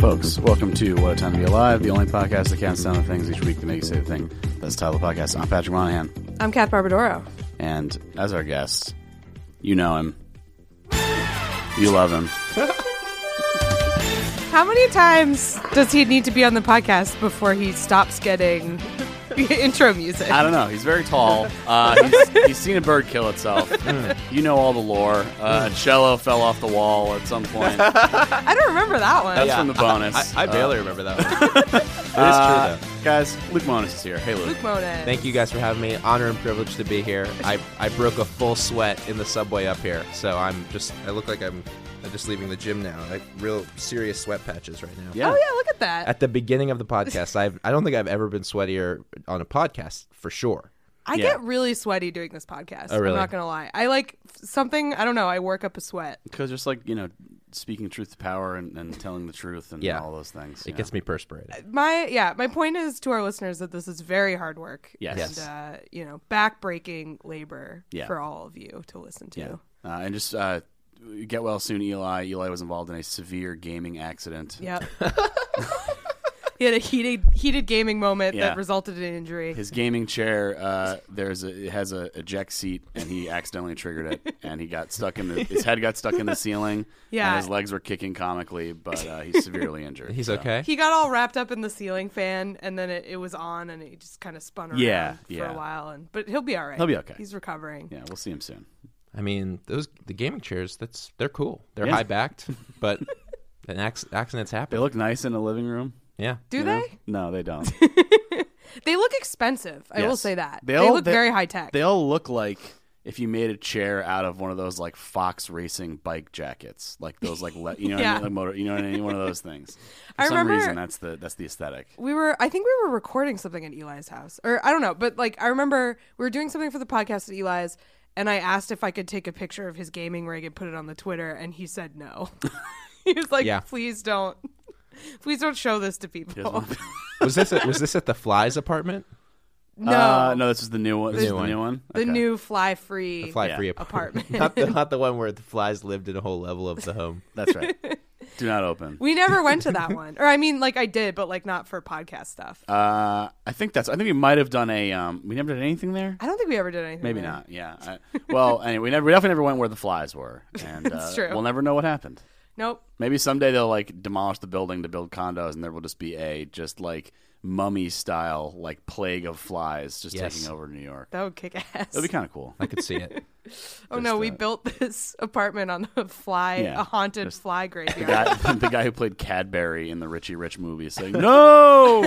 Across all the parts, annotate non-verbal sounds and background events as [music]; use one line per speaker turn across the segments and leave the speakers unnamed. Folks, welcome to What a Time to Be Alive, the only podcast that counts down the things each week that make you say the thing. That's the title of the podcast. I'm Patrick Monahan.
I'm Kat Barbadoro.
And as our guest, you know him. You love him.
How many times does he need to be on the podcast before he stops getting [laughs] intro music?
I don't know. He's very tall. Uh, he's, he's seen a bird kill itself.
Hmm.
you know all the lore. Uh, a cello fell off the wall at some point.
[laughs]
That's
I don't remember that one.
from the bonus.
I, I barely remember [laughs] that one.
Uh,
it is true,
Guys, Luke Bonus is here. Hey, Luke.
Luke Monet.
though. Thank you guys for having me. Honor and privilege to be here. I, I broke a full sweat in the subway up here, so I'm just, I look like I'm I'm just leaving the gym now. I have real serious sweat patches right now.
Yeah.
Oh yeah, look at that.
At the beginning of the podcast, I've, I don't think I've ever been sweatier on a podcast, for sure.
I get really sweaty doing this podcast.
Oh, really?
I'm not gonna lie. I like f- something. I don't know. I work up a sweat.
Because just like, you know, speaking truth to power and, and telling the truth and
Yeah. Uh,
all those things.
It gets me perspirated.
My yeah. My point is to our listeners that this is very hard work.
Yes.
And, uh, you know, backbreaking labor
Yeah.
for all of you to listen to.
Yeah. Uh, and just uh, get well soon, Eli. Eli was involved in a severe gaming accident.
[laughs]
Yep. [laughs] he had a heated heated gaming moment
Yeah.
that resulted in injury.
His gaming chair, uh, there's a, it has a, a jack seat, and he accidentally triggered
[laughs]
it, and he got stuck in the his head got stuck in the ceiling.
Yeah.
and his legs were kicking comically, but uh, he's severely injured.
[laughs] He's
so.
okay?
he got all wrapped up in the ceiling fan and then it, it was on and he just kind of spun around
Yeah,
for
yeah.
a while and but he'll be all right
He'll be okay.
he's recovering
Yeah, we'll see him soon.
I mean, those, the gaming chairs, that's, they're cool. They're
Yeah.
high backed, [laughs] but an acc- accidents
They
happen.
look nice in a living room.
Yeah.
do
you
they
know? No, they don't.
they look expensive i will
Yes.
say that
They
they,
all-
look
they-
very high tech
they all look like if you made a chair out of one of those like fox racing bike jackets, like those like le- you know what I
[laughs] Yeah.
mean? like motor, you know what I mean? One of those things. For
[laughs] I
some
remember-
reason, that's the that's the aesthetic.
we were i think we were recording something at eli's house or i don't know but like i remember we were doing something for the podcast at eli's and i asked if i could take a picture of his gaming rig and put it on the twitter and he
[laughs]
said no [laughs] he was like
Yeah.
please don't [laughs] please don't show this to people
Was this, at, was this at the Flies apartment?
[laughs] no
uh, no, this is the new one. This is
new
the new one.
the
Okay.
new fly free
Fly
Yeah.
free
apartment
[laughs] not, the, not the one where the flies lived in a whole level of the home.
That's
[laughs]
right. Do not open.
We never went
[laughs]
to that one. Or I mean like I did, but like not for podcast stuff.
Uh, I think that's. I think we might have done a. Um, we never did anything there.
I don't think we ever did anything.
Maybe
there.
not. Yeah. I, well, anyway, we never. We definitely never went where the flies were,
[laughs]
and uh,
true.
we'll never know what happened.
Nope.
Maybe someday they'll like demolish the building to build condos, and there will just be a just like mummy style like plague of flies just
Yes.
taking over New York.
That would kick ass.
It'll be kind of cool.
I could see it.
oh no,
just,
we
uh,
built this [laughs] apartment on a fly
Yeah,
a haunted
just [laughs]
fly graveyard.
Guy- the guy who played Cadbury in the Richie Rich movie is saying, "No,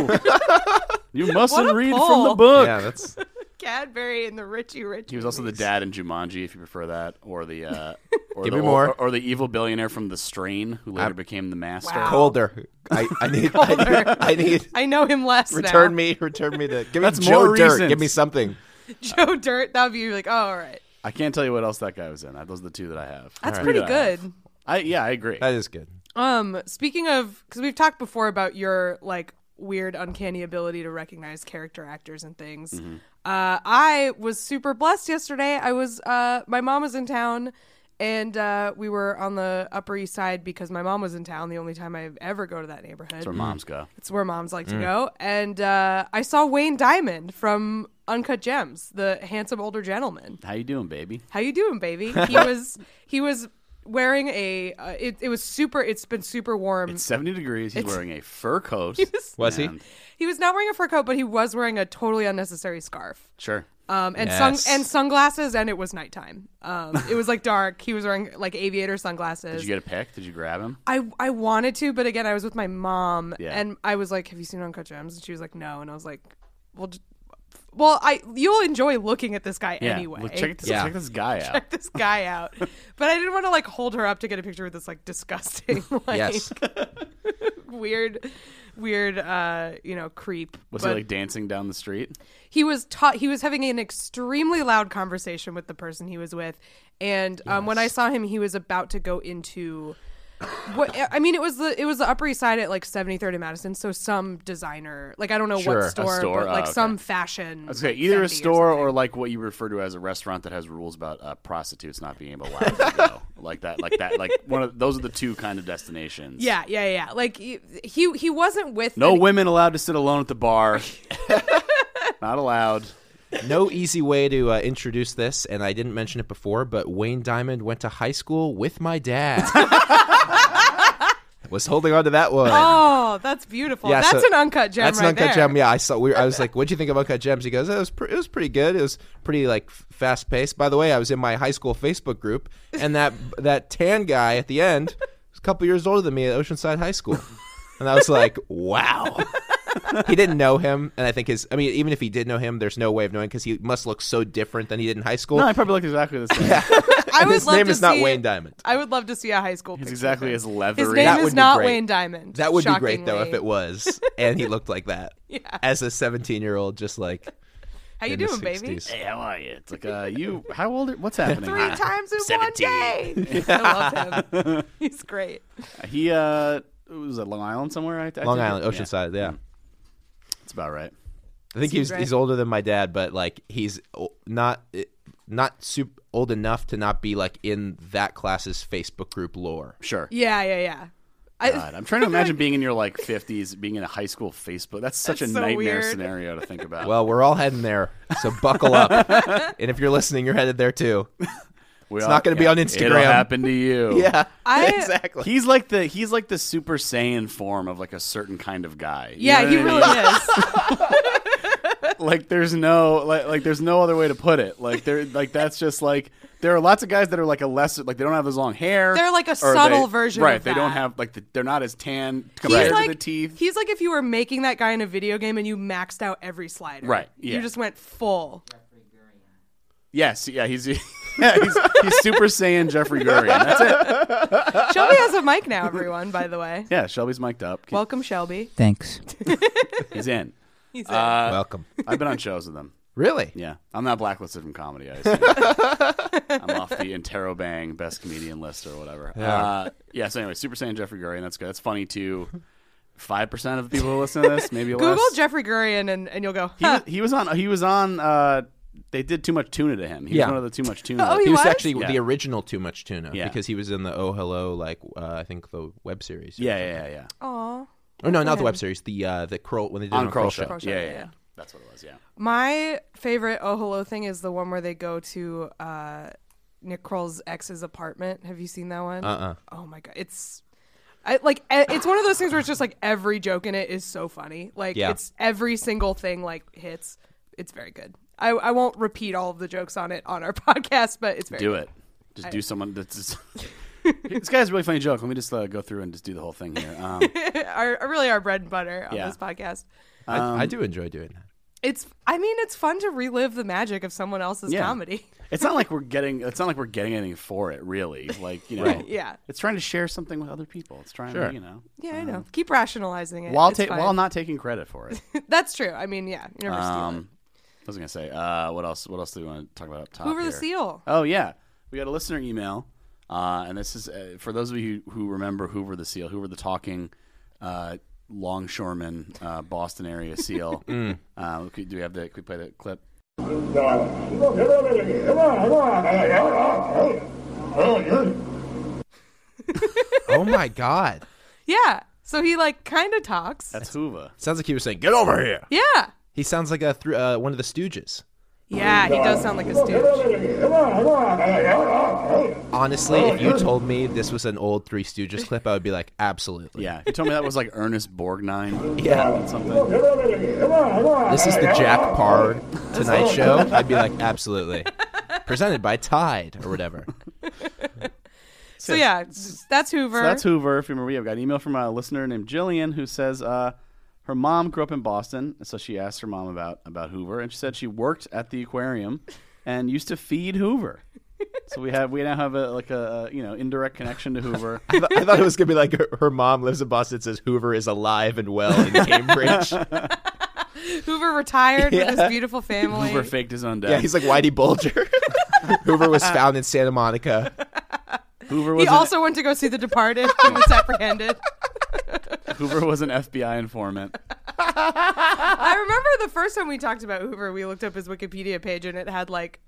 [laughs] you mustn't
a
read from
pull."
the book."
Yeah, that's
Cadbury and the Richie Rich.
He was also the
movies.
dad in Jumanji, if you prefer that, or the [laughs] uh, or
Give
the
me more.
Or, or the evil billionaire from The Strain, who later became the master.
Wow.
colder. I, I need. I, [laughs] I need.
I know him less
Return
now.
me. Return me to. Give me
That's
Joe
more
Dirt.
reasons.
Give me something.
[laughs] Joe Dirt. That would be like, oh all right.
I can't tell you what else that guy was in. I- Those are the two that I have.
That's
Three
pretty
that I have.
good.
I yeah, I agree.
That is good.
Um, speaking of, because we've talked before about your like weird, uncanny ability to recognize character actors and things.
Mm-hmm.
Uh, I was super blessed yesterday. I was, uh, my mom was in town, and uh, we were on the Upper East Side because my mom was in town. The only time I ever go to that neighborhood.
That's Mm. where moms go.
It's where moms like to go. And uh, I saw Wayne Diamond from Uncut Gems, the handsome older gentleman.
How you doing, baby? [laughs]
How you doing, baby? He was he was wearing a. Uh, it, it was super. It's been super warm.
It's 70 degrees. He's
It's-
wearing a fur
[laughs]
coat.
Was he?
and-
he was not wearing a fur coat, but he was wearing a totally unnecessary scarf.
Sure.
Um, and
Yes.
sun and sunglasses, and it was nighttime. Um, it was like dark. He was wearing like aviator
Did
sunglasses.
you get a pic? Did you grab him?
I I wanted to, but again, I was with my mom,
Yeah.
and I was like, "Have you seen Uncut Gems?" And she was like, "No," and I was like, "Well, j- well, I you'll enjoy looking at this guy anyway.
Well,
[laughs]
check this,
Yeah.
check this guy out.
Check this
[laughs]
guy out." but I didn't want to like hold her up to get a picture with this like disgusting, [laughs] like
Yes.
weird, weird, uh, you know, creep.
Was
but
he like dancing down the street?
he was taught he was having an extremely loud conversation with the person he was with and um, when i saw him he was about to go into what i mean it was the it was the upper east side at like 73rd and madison so some designer like i don't know
Sure,
what
a
store,
store,
but
oh,
like
okay.
some fashion
I was gonna say
like,
either a
vendee
store
something.
or like what you refer to as a restaurant that has rules about uh, prostitutes not being able allowed to go. like that, like that, like one of those are the two kind of destinations.
yeah yeah yeah like he he, he wasn't with
No
an-
women allowed to sit alone at the
[laughs]
bar. not allowed.
no easy way to uh, introduce this, and I didn't mention it before, but Wayne Diamond went to high school with my
[laughs]
dad. Was holding on to that one.
oh that's beautiful
Yeah,
that's
so-
an uncut gem
That's
right
an uncut
there.
gem. Yeah, I saw. We, I
[laughs]
was like, "What'd you think of Uncut Gems?" He goes, "It was, pre- it was pretty good. It was pretty like fast paced." By the way, I was in my high school Facebook group,
[laughs]
and that that tan guy at the end was a couple years older than me at Oceanside High School, and I was like,
[laughs]
"Wow." he didn't know him, and I think his. I mean, even if he did know him, there's no way of knowing because he must look so different than he did in high school.
No, I probably looked exactly the same.
i
And
would
his
love
name
to
is not
see-
Wayne Diamond.
i would love to see a high school
He's
picture
exactly as leathery.
his name
That would
is
be
not
great.
Wayne Diamond.
That would be great though if
shockingly.
it was, and he looked
[laughs]
like that as a 17 year old, just like
How you
in the
doing, baby?
60s.
Hey, how are you? It's like, uh, you, how old are, what's happening?
three times in one
[laughs]
day. I love him.
[laughs]
He's great.
He, uh, was at Long Island somewhere, I, I
Long
take it?
Island, Oceanside. Yeah,
Yeah, that's about right.
I think he's
right.
he's older than my dad, but like he's o- not eh, not super old enough to not be like in that class's Facebook group lore.
Sure.
Yeah, yeah, yeah. I,
God, I'm
[laughs]
trying to imagine being in your like 50s, being in a high school Facebook. That's such
That's
a
so
nightmare
weird.
scenario to think about.
[laughs] Well, we're all heading there, so buckle [laughs] up. and if you're listening, you're headed there too.
We
not gonna be on
It'll
Instagram.
happen to you.
[laughs] Yeah,
I-
[laughs] exactly.
He's like the he's like the Super Saiyan form of like a certain kind of guy. You know
yeah,
what
he
I mean?
really
[laughs]
is.
like there's no like like there's no other way to put it. Like there like that's just like there are lots of guys that are like a lesser like they don't have as long hair.
They're like a
or
subtle version
Right.
of
They don't
that.
have like the, they're not as tan
He's
compared
like
to the teeth.
he's like if you were making that guy in a video game and you maxed out every slider.
Right, yeah.
You just went full.
yes. Yeah. He's [laughs] yeah. He's, he's Super Saiyan Jeffrey Gurian. That's it.
Shelby has a mic now, everyone. By the
[laughs]
way,
Yeah. Shelby's mic'd up.
welcome, Shelby.
Thanks.
He's in.
He's in.
Uh,
Welcome.
I've been on shows with him.
Really?
Yeah, I'm not blacklisted from comedy. I assume. I'm off the Interrobang Best Comedian list or whatever. Yeah. Uh, yeah. So anyway, Super Saiyan Jeffrey Gurian. That's good. That's funny to five percent of the people who listen to this. Maybe
Google
less.
Jeffrey Gurian and, and you'll go.
He,
Huh.
was- he was on. He was on. Uh, they did too much tuna to him. He
Yeah.
was one of the too much tuna.
Oh,
He
He
was
was?
actually
Yeah.
the original Too Much Tuna
Yeah.
because he was in the Oh Hello, like uh, I think the web series.
yeah, yeah, yeah, yeah.
Aw.
Oh no, not the web series. The uh, the Kroll when they did it
on
on
Kroll
Kroll
show.
Show.
Show,
Yeah, yeah,
yeah.
yeah. That's what it was. Yeah.
My favorite Oh Hello thing is the one where they go to uh, Nick Kroll's ex's apartment. Have you seen that one?
Uh-uh.
Uh uh Oh my god, it's I, like e- it's one of those things where it's just like every joke in it is so funny. Like
Yeah.
it's every single thing like hits. It's very good. I, I won't repeat all of the jokes on it on our [laughs] podcast, but it's very
Do it. Just do someone. That's
[laughs]
just, this guy's a really funny joke. Let me just uh, go through and just do the whole thing here.
[laughs]
Um,
good. [laughs] Our, really our bread and butter on
Yeah.
this podcast.
I, I
Um,
do enjoy doing that.
It's I mean it's fun to relive the magic of someone else's
Yeah.
comedy. [laughs]
It's not like we're getting. It's not like we're getting anything for it, really. Like you know,
Yeah.
It's trying to share something with other people. It's trying,
Sure.
to, you know,
Yeah, I know. Keep rationalizing it.
while
It's
Uh-huh. ta-
fine.
while not taking credit
[laughs]
for it.
That's true. I mean, yeah, you never steal it.
um, I was gonna say, uh, what else? What else do we want to talk about up top?
Hoover the
here?
Seal.
Oh yeah, we got a listener email, uh, and this is uh, for those of you who, who remember Hoover the Seal, Hoover the talking uh, longshoreman, uh, Boston area [laughs] seal. uh, we could- do we have the? Could we play the clip?
Oh my god!
Yeah. So he like kind of talks.
That's Hoover.
Sounds like he was saying, "Get over here."
yeah.
He sounds like a thr uh, one of the Stooges.
Yeah, he does sound like a stooge.
Honestly, if you told me this was an old Three Stooges clip, I would be like, absolutely.
Yeah, if you told me that was like Ernest Borgnine
Yeah.
or something.
This is the Jack Parr Tonight Show. I'd be like, absolutely. Presented by Tide or whatever.
So yeah, that's Hoover.
So that's Hoover. If you remember, we have got an email from a listener named Jillian who says uh, her mom grew up in Boston, and so she asked her mom about about Hoover, and she said she worked at the aquarium and used to feed Hoover. So we have we now have a like a you know indirect connection to Hoover.
I, th- I thought it was gonna be like her, her mom lives in Boston. It says Hoover is alive and well in [laughs] Cambridge.
Hoover retired with his beautiful family.
Hoover faked his own death.
yeah, he's like Whitey Bulger. [laughs] Hoover was found in Santa Monica.
Hoover was
He
an,
also went to go see The Departed and was apprehended.
[laughs] Hoover was an FBI informant.
I remember the first time we talked about Hoover, we looked up his Wikipedia page and it had like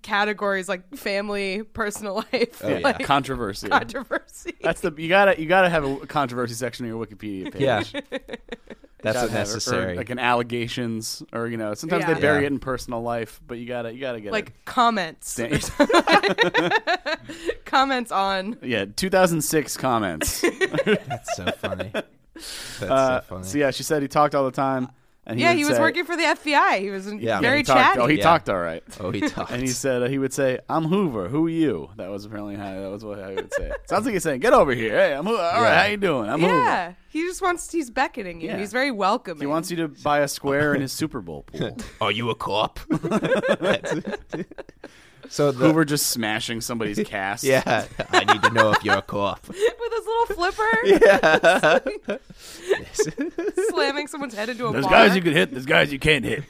categories like family, personal life,
Oh, yeah.
like
Controversy.
controversy.
Oh, That's the you gotta you gotta have a controversy section in your Wikipedia page.
that's
Gotta have it, or
unnecessary.
like an allegations, or you know, sometimes
Yeah.
they bury
Yeah.
it in personal life, but you gotta you gotta get
[laughs] [laughs] like
it.
comments.
Dang.
Comments on.
yeah, 2006
[laughs]
comments.
that's so funny. That's
Uh,
so funny.
so yeah, she said he talked all the time, and he
yeah,
would
he was
say-
working for the FBI. He was
Yeah.
very
he talked,
chatty.
Oh, he
Yeah.
talked all
[laughs]
right.
oh, he talked.
And he said uh, he would say, "I'm Hoover. Who are you?" That was apparently how that was what he would
[laughs]
say. Sounds like he's saying, "Get over here. Hey, I'm Hoover. All right,
Yeah.
how you doing? I'm Hoover."
yeah, he just wants. He's beckoning you.
Yeah.
He's very welcoming.
He wants you to buy a square in his Super Bowl
[laughs]
pool.
"Are you a cop?" so the,
Hoover just smashing somebody's
[laughs]
cast.
Yeah, I need to know if you're a cop. [laughs]
with his little flipper, [laughs] slamming someone's head into a
There's
bar.
guys you can hit. There's guys you can't
[laughs]
hit.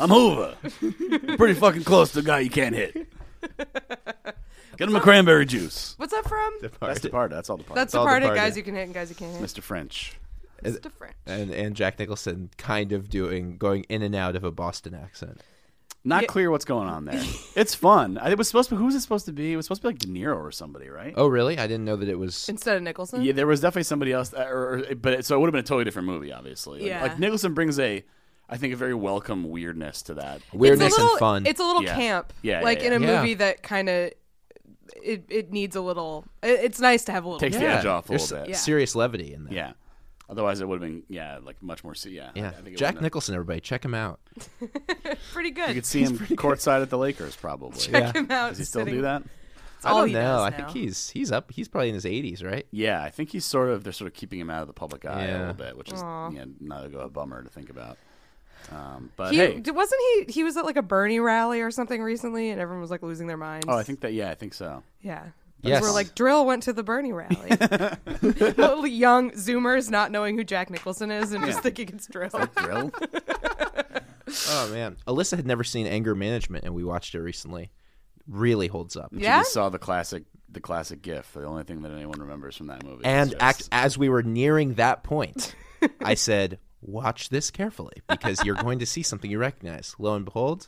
I'm Hoover. Pretty fucking close to the guy you can't
[laughs]
hit. Get him a cranberry juice.
What's that from?
That's the part. That's all the part.
That's
all
the part of
Departed.
guys you can hit and guys you can't hit.
Mr. French.
It's different.
and and Jack Nicholson kind of doing going in and out of a Boston accent.
Not clear what's going on
[laughs]
there. It's fun. I- It was supposed to. Who was it supposed to be? It was supposed to be like De Niro or somebody, right?
Oh, really? I didn't know that it was.
Instead of Nicholson.
Yeah, there was definitely somebody else, uh, or, or- but it, so it would have been a totally different movie, obviously. Like-
Yeah.
Like, Nicholson brings a, I think, a very welcome weirdness to that.
It's a
Weirdness
little,
and fun.
It's a little
Yeah.
camp.
Yeah, yeah,
like in a
yeah.
movie
Yeah.
that kind of it, it needs a little. It, it's nice to have a little.
Takes the
Yeah,
edge off a
there's
little bit.
Yeah.
serious levity in there.
Yeah. Otherwise, it would have been yeah, like much more. se- Yeah,
Yeah.
I think it
Jack
wouldn't have-
Nicholson, everybody, check him out.
pretty good.
You
[laughs]
could see him courtside at the Lakers, probably.
Yeah.
Him out
Does he still
sitting-
do that?
It's
I
all
don't
he
know.
does
I
now.
think he's he's up. He's probably in his
[laughs]
80s, right?
Yeah, I think he's sort of they're sort of keeping him out of the public eye a
Yeah.
little bit, which is yeah, not a, a bummer to think about. Um, but
He,
hey,
d- wasn't he? He was at like a Bernie rally or something recently, and everyone was like losing their minds.
oh, I think that yeah, I think
[laughs]
so.
yeah.
Yes.
We're like Drill went to the
[laughs]
Bernie rally. [laughs] Little Young Zoomers not knowing who Jack Nicholson is and just thinking it's Drill.
Drill.
Oh man, Alyssa had never seen Anger Management, and we watched it recently. Really holds up.
[laughs] Yeah.
We saw the classic, the classic GIF. The only thing that anyone remembers from that movie.
And
It's
act,
just-
as we were nearing that point, I said, "Watch this carefully because you're going to see something you recognize." Lo and behold,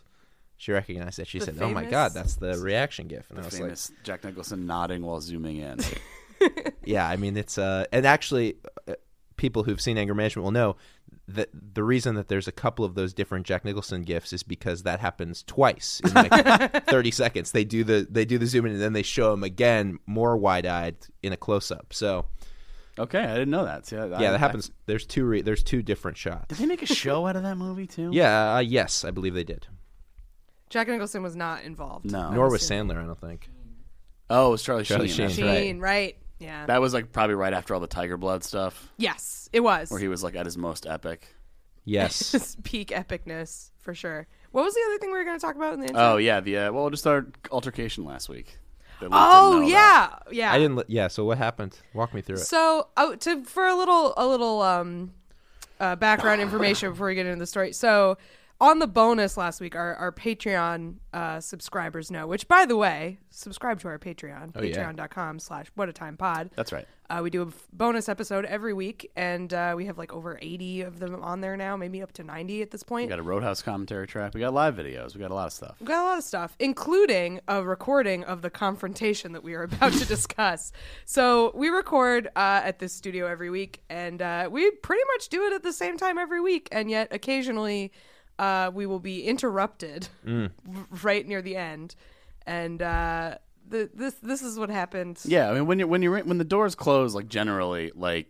she recognized it. She said, "Oh my
famous-
god, that's the reaction gif." And I was like,
famous Jack Nicholson nodding while zooming in. [laughs]
Yeah, I mean it's uh, and actually, uh, people who've seen Anger Management will know that the reason that there's a couple of those different Jack Nicholson gifs is because that happens twice
[laughs]
in like 30 seconds. They do the they do the zoom in and then they show him again more wide eyed in a close up. So
okay, I didn't know that. See, I-
yeah,
I-
that happens. There's two re- there's two different shots.
Did they make a show out of that movie too?
Yeah, uh, yes, I believe they did.
Jack Nicholson was not involved.
No.
Nor was Sandler, I don't think.
oh, it was Charlie,
Charlie
Sheen. that's
Sheen.
right.
Sheen, right? Yeah.
That was like probably right after all the Tiger Blood stuff,
yes, it was. [laughs]
where he was like at his most epic.
Yes.
just peak epicness for sure. What was the other thing we were going to talk about in the intro?
Oh yeah, the uh, well, just our altercation last week. that Luke
Oh,
didn't know about.
yeah, yeah.
I didn't li- yeah, so what happened? Walk me through it.
So, oh, to for a little a little um, uh, background information before we get into the story. So, on the bonus last week, our our Patreon uh, subscribers know. Which, by the way, subscribe to our Patreon,
yeah.
Patreon.com/slash What a Time Pod.
That's right.
Uh, we do a f- bonus episode every week, and uh, we have like over eighty of them on there now, maybe up to ninety at this
We
point.
got a Roadhouse commentary track. We got live videos. We got a lot of stuff.
We've got a lot of stuff, including a recording of the confrontation that we are about to [laughs] discuss. So we record uh, at this studio every week, and uh, we pretty much do it at the same time every week. And yet, occasionally, uh, we will be interrupted
Mm.
r- right near the end, and uh, the, this this is what happened.
Yeah, I mean when you when you are when the doors close, like generally, like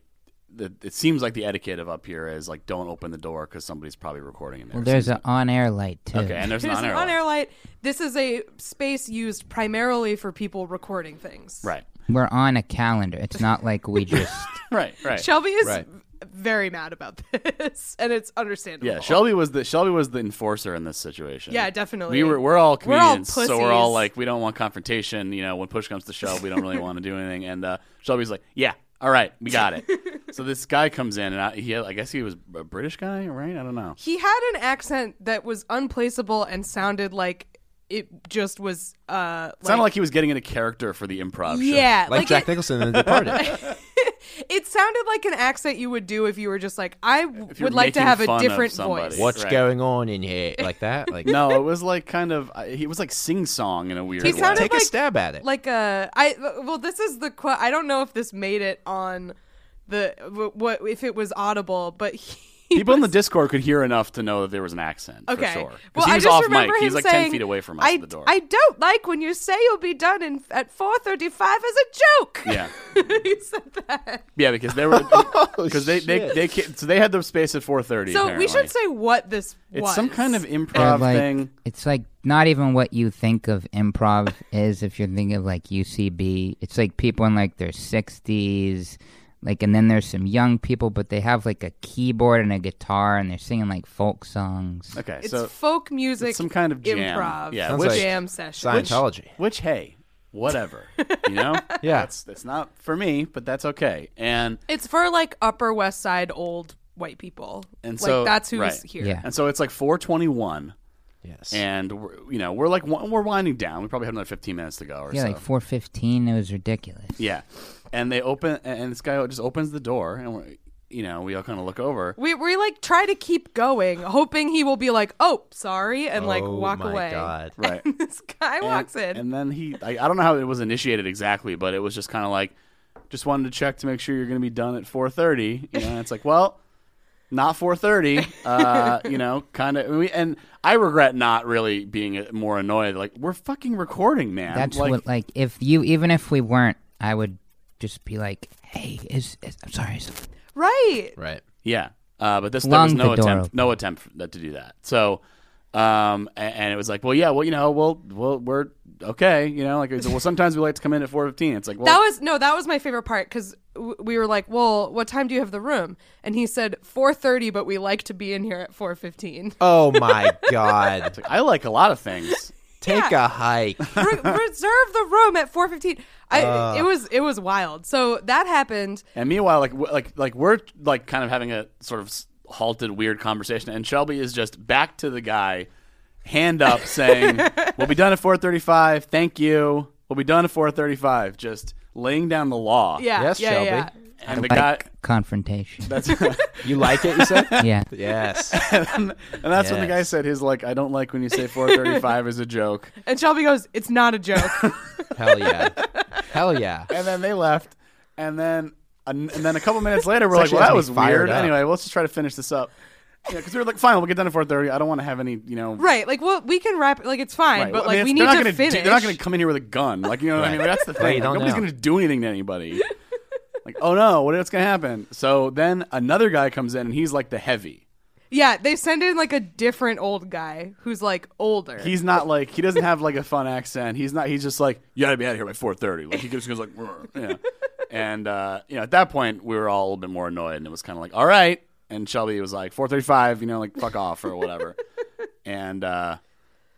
the, it seems like the etiquette of up here is like don't open the door because somebody's probably recording in there.
Well, there's an on-air light too.
okay, and there's
There's
not
an on-air light. This is a space used primarily for people recording things.
right, [laughs]
We're on a calendar. It's not like we just.
right, right.
Shelby is
Right.
v- very mad about [laughs] this, and it's understandable.
yeah, Shelby was the Shelby was the enforcer in this situation.
Yeah, definitely.
We were we're all
We're all
comedians, so we're all
pussies.
like we don't want confrontation. You know, when push comes to shove, we don't really want to do anything. And uh, Shelby's like, yeah, all right, we got
[laughs]
it. so this guy comes in, and I, he I guess he was a British guy, right? I don't know.
He had an accent that was unplaceable and sounded like it just was. Uh, like,
Sounded like he was getting into character for the improv. show.
yeah, [laughs]
like, Jack
it,
Nicholson in
[laughs]
The Departed.
it sounded like an accent you would do if you were just like, I w-
If you're
would like to
making
have a
fun of
different
somebody.
voice.
What's
Right.
going on in here? Like that? Like
no, it was like kind of I- he was like sing song in a weird
He
way.
sounded
Take
like-
a stab at it.
Like a I well, this is the qu- I don't know if this made it on the w- what if it was audible, but he [laughs]
People in the Discord could hear enough to know that there was an accent
Okay.
for sure. 'Cause
Well,
he
I
was
just
off mic.
remember him
He's like
saying,
ten feet away from us
I,
at the door.
I don't like when you say you'll be done in, at 4:35 as a joke.
Yeah.
[laughs] he said that.
yeah, because they [laughs] were because they, they they ca- so they had their space at four thirty.
So we should say what this
it's
was.
some kind of
they're
improv
like-
thing.
It's like not even what you think of improv is. If you're thinking of like UCB, it's like people in like their sixties, like, and then there's some young people, but they have like a keyboard and a guitar, and they're singing like folk songs.
Okay,
It's
so
folk music.
some kind of jam.
improv.
Yeah,
Sounds
which,
like
jam session.
Science. Scientology.
Which, hey,
[laughs]
whatever. You know?
Yeah.
That's that's not for me, but that's okay. And
It's for like Upper West Side old white people.
And
like
so-
that's who's
right.
here.
Yeah.
and so it's like four twenty one,
yes.
and we're, you know we're like wi- we're winding down. We probably have another fifteen minutes to go or
Yeah,
so.
like four fifteen. It was ridiculous.
yeah, and they open and this guy just opens the door, and we're you know we all kind of look over.
We, we like try to keep going, hoping he will be like, "Oh, sorry," and like
oh
walk
my
away.
God.
Right.
[laughs] This guy walks in.
And then he, I, I don't know how it was initiated exactly, but it was just kind of like, just wanted to check to make sure you're going to be done at 4:30. You know, and it's like, well, not 4:30. Uh, you know, kind of. And I regret not really being uh, more annoyed. Like we're fucking recording, man.
That's
like,
what like if you even if we weren't, I would just be like, hey, is, is I'm sorry. Is,
right.
Right.
Yeah, uh, but this there
Flung
was no
the door
attempt,
open.
no attempt for that to do that. So, um, a- and, it was like, well, yeah, well, you know, we'll, we'll we're okay, you know, like, it's, well, sometimes we like to come in at four fifteen. It's like, well,
That was no, that was my favorite part because we were like, "Well, what time do you have the room?" And he said four thirty, but we like to be in here at four fifteen.
Oh
[laughs]
my God.
I like a lot of things.
Take a hike.
Re- [laughs] reserve the room at four fifteen. I
Ah.
it was it was wild. So that happened.
And meanwhile, like w- like like we're like kind of having a sort of s- halted, weird conversation, and Shelby is just back to the guy, hand up, saying, "We'll be done at four thirty-five. Thank you. We'll be done at four thirty-five. Just laying down the law.
Yeah,
Yes,
yeah,
Shelby.
yeah.
And the
like
guy.
confrontation.
That's
You like it,
[laughs]
you said?
yeah.
yes.
[laughs] and that's when the guy
Yes.
said his like I don't like when you say 435 is a joke.
And Shelby goes, "It's not
[laughs]
a joke."
Hell yeah. Hell yeah.
And then they left and then and, and then a couple minutes later we're like
actually
well that
has
was
me fired
weird.
up.
Anyway, let's just try to finish this up. Yeah, because we were like, fine, we'll get done at 4:30. I don't want to have any, you know,
right. Like, well, we can wrap. it. Like, it's fine,
Right. I mean,
but like we
it's-
need
they're not
to
gonna do-
finish.
they're not going to come in here with a gun. Like you know what I mean? Like, that's
[laughs]
the thing.
you don't
Nobody's
know.
going to do anything to anybody. like oh no, what's going to happen? So then another guy comes in and he's like the heavy.
yeah, they send in like a different old guy who's like older.
He's not like he doesn't have like a fun accent. He's not. He's just like you got to be out of here by 4:30. Like he just goes like "Rrr," yeah. And uh, you know at that point we were all a little bit more annoyed and it was kind of like all right. And Shelby was like 4:35. You know like fuck off or whatever. and uh,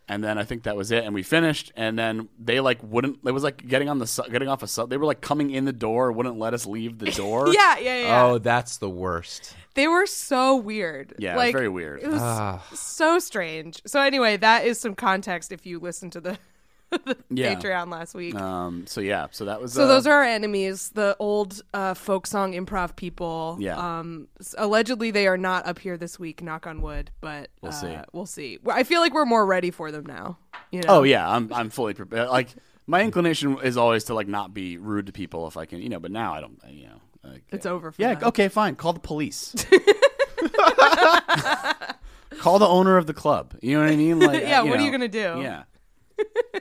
and then I think that was it. And we finished. And then they like wouldn't. It was like getting on the su- getting off a sub. They were like coming in the door. Wouldn't let us leave the door.
[laughs] yeah, yeah, yeah.
Oh, that's the worst.
They were so weird.
Yeah, it was
like,
very weird. Ah.
It was so strange. So anyway, that is some context if you listen to the, [laughs] the
Yeah.
Patreon last week.
Um. So yeah. So that was.
so
uh,
those are our enemies, the old uh, folk song improv people.
Yeah.
Um. s- Allegedly, they are not up here this week. Knock on wood, but we'll
see.
We'll see. Well, I feel like we're more ready for them now. You know.
Oh yeah, I'm I'm fully prepared. Like my inclination is always to like not be rude to people if I can, you know. But now I don't, you know. Like,
It's over for
yeah.
[laughs] them.
Okay. Fine. Call the police. [laughs] Call the owner of the club. You know what I mean?
[laughs]
Like,
Yeah, what are
know,
you gonna do?
Yeah,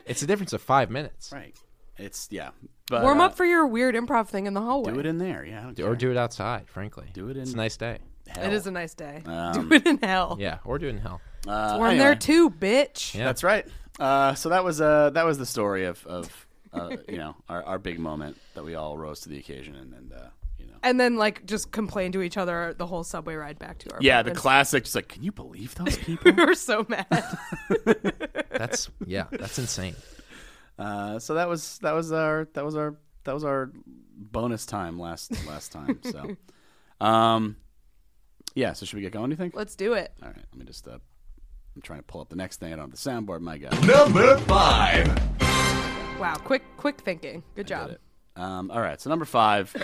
It's a difference of five minutes.
right. It's yeah. But,
Warm
uh,
up for your weird improv thing in the hallway.
Do it in there. Yeah, I don't
Or
care.
do it outside, frankly.
Do it
It's
in
a nice day.
Hell.
It is a nice day.
Um,
[laughs] do it in hell.
Yeah, or do it in hell.
Uh,
Warm
anyway.
there too, bitch.
Yeah.
That's right. Uh, so that was uh, that was the story of, of uh, you know [laughs] our, our big moment that we all rose to the occasion and, and uh, you know
And then like just complain to each other the whole subway ride back to our.
yeah the
apartments.
classic just like can you believe those people
we [laughs] were so
[laughs]
mad.
That's yeah, that's insane.
uh, so that was that was our that was our that was our bonus time last last time
[laughs]
so um yeah so should we get going do you think
Let's do it.
all right let me just uh, I'm trying to pull up the next thing I don't have the soundboard my god
Number five.
Wow, quick quick thinking. Good job.
Um, all right, so number
[coughs]
five.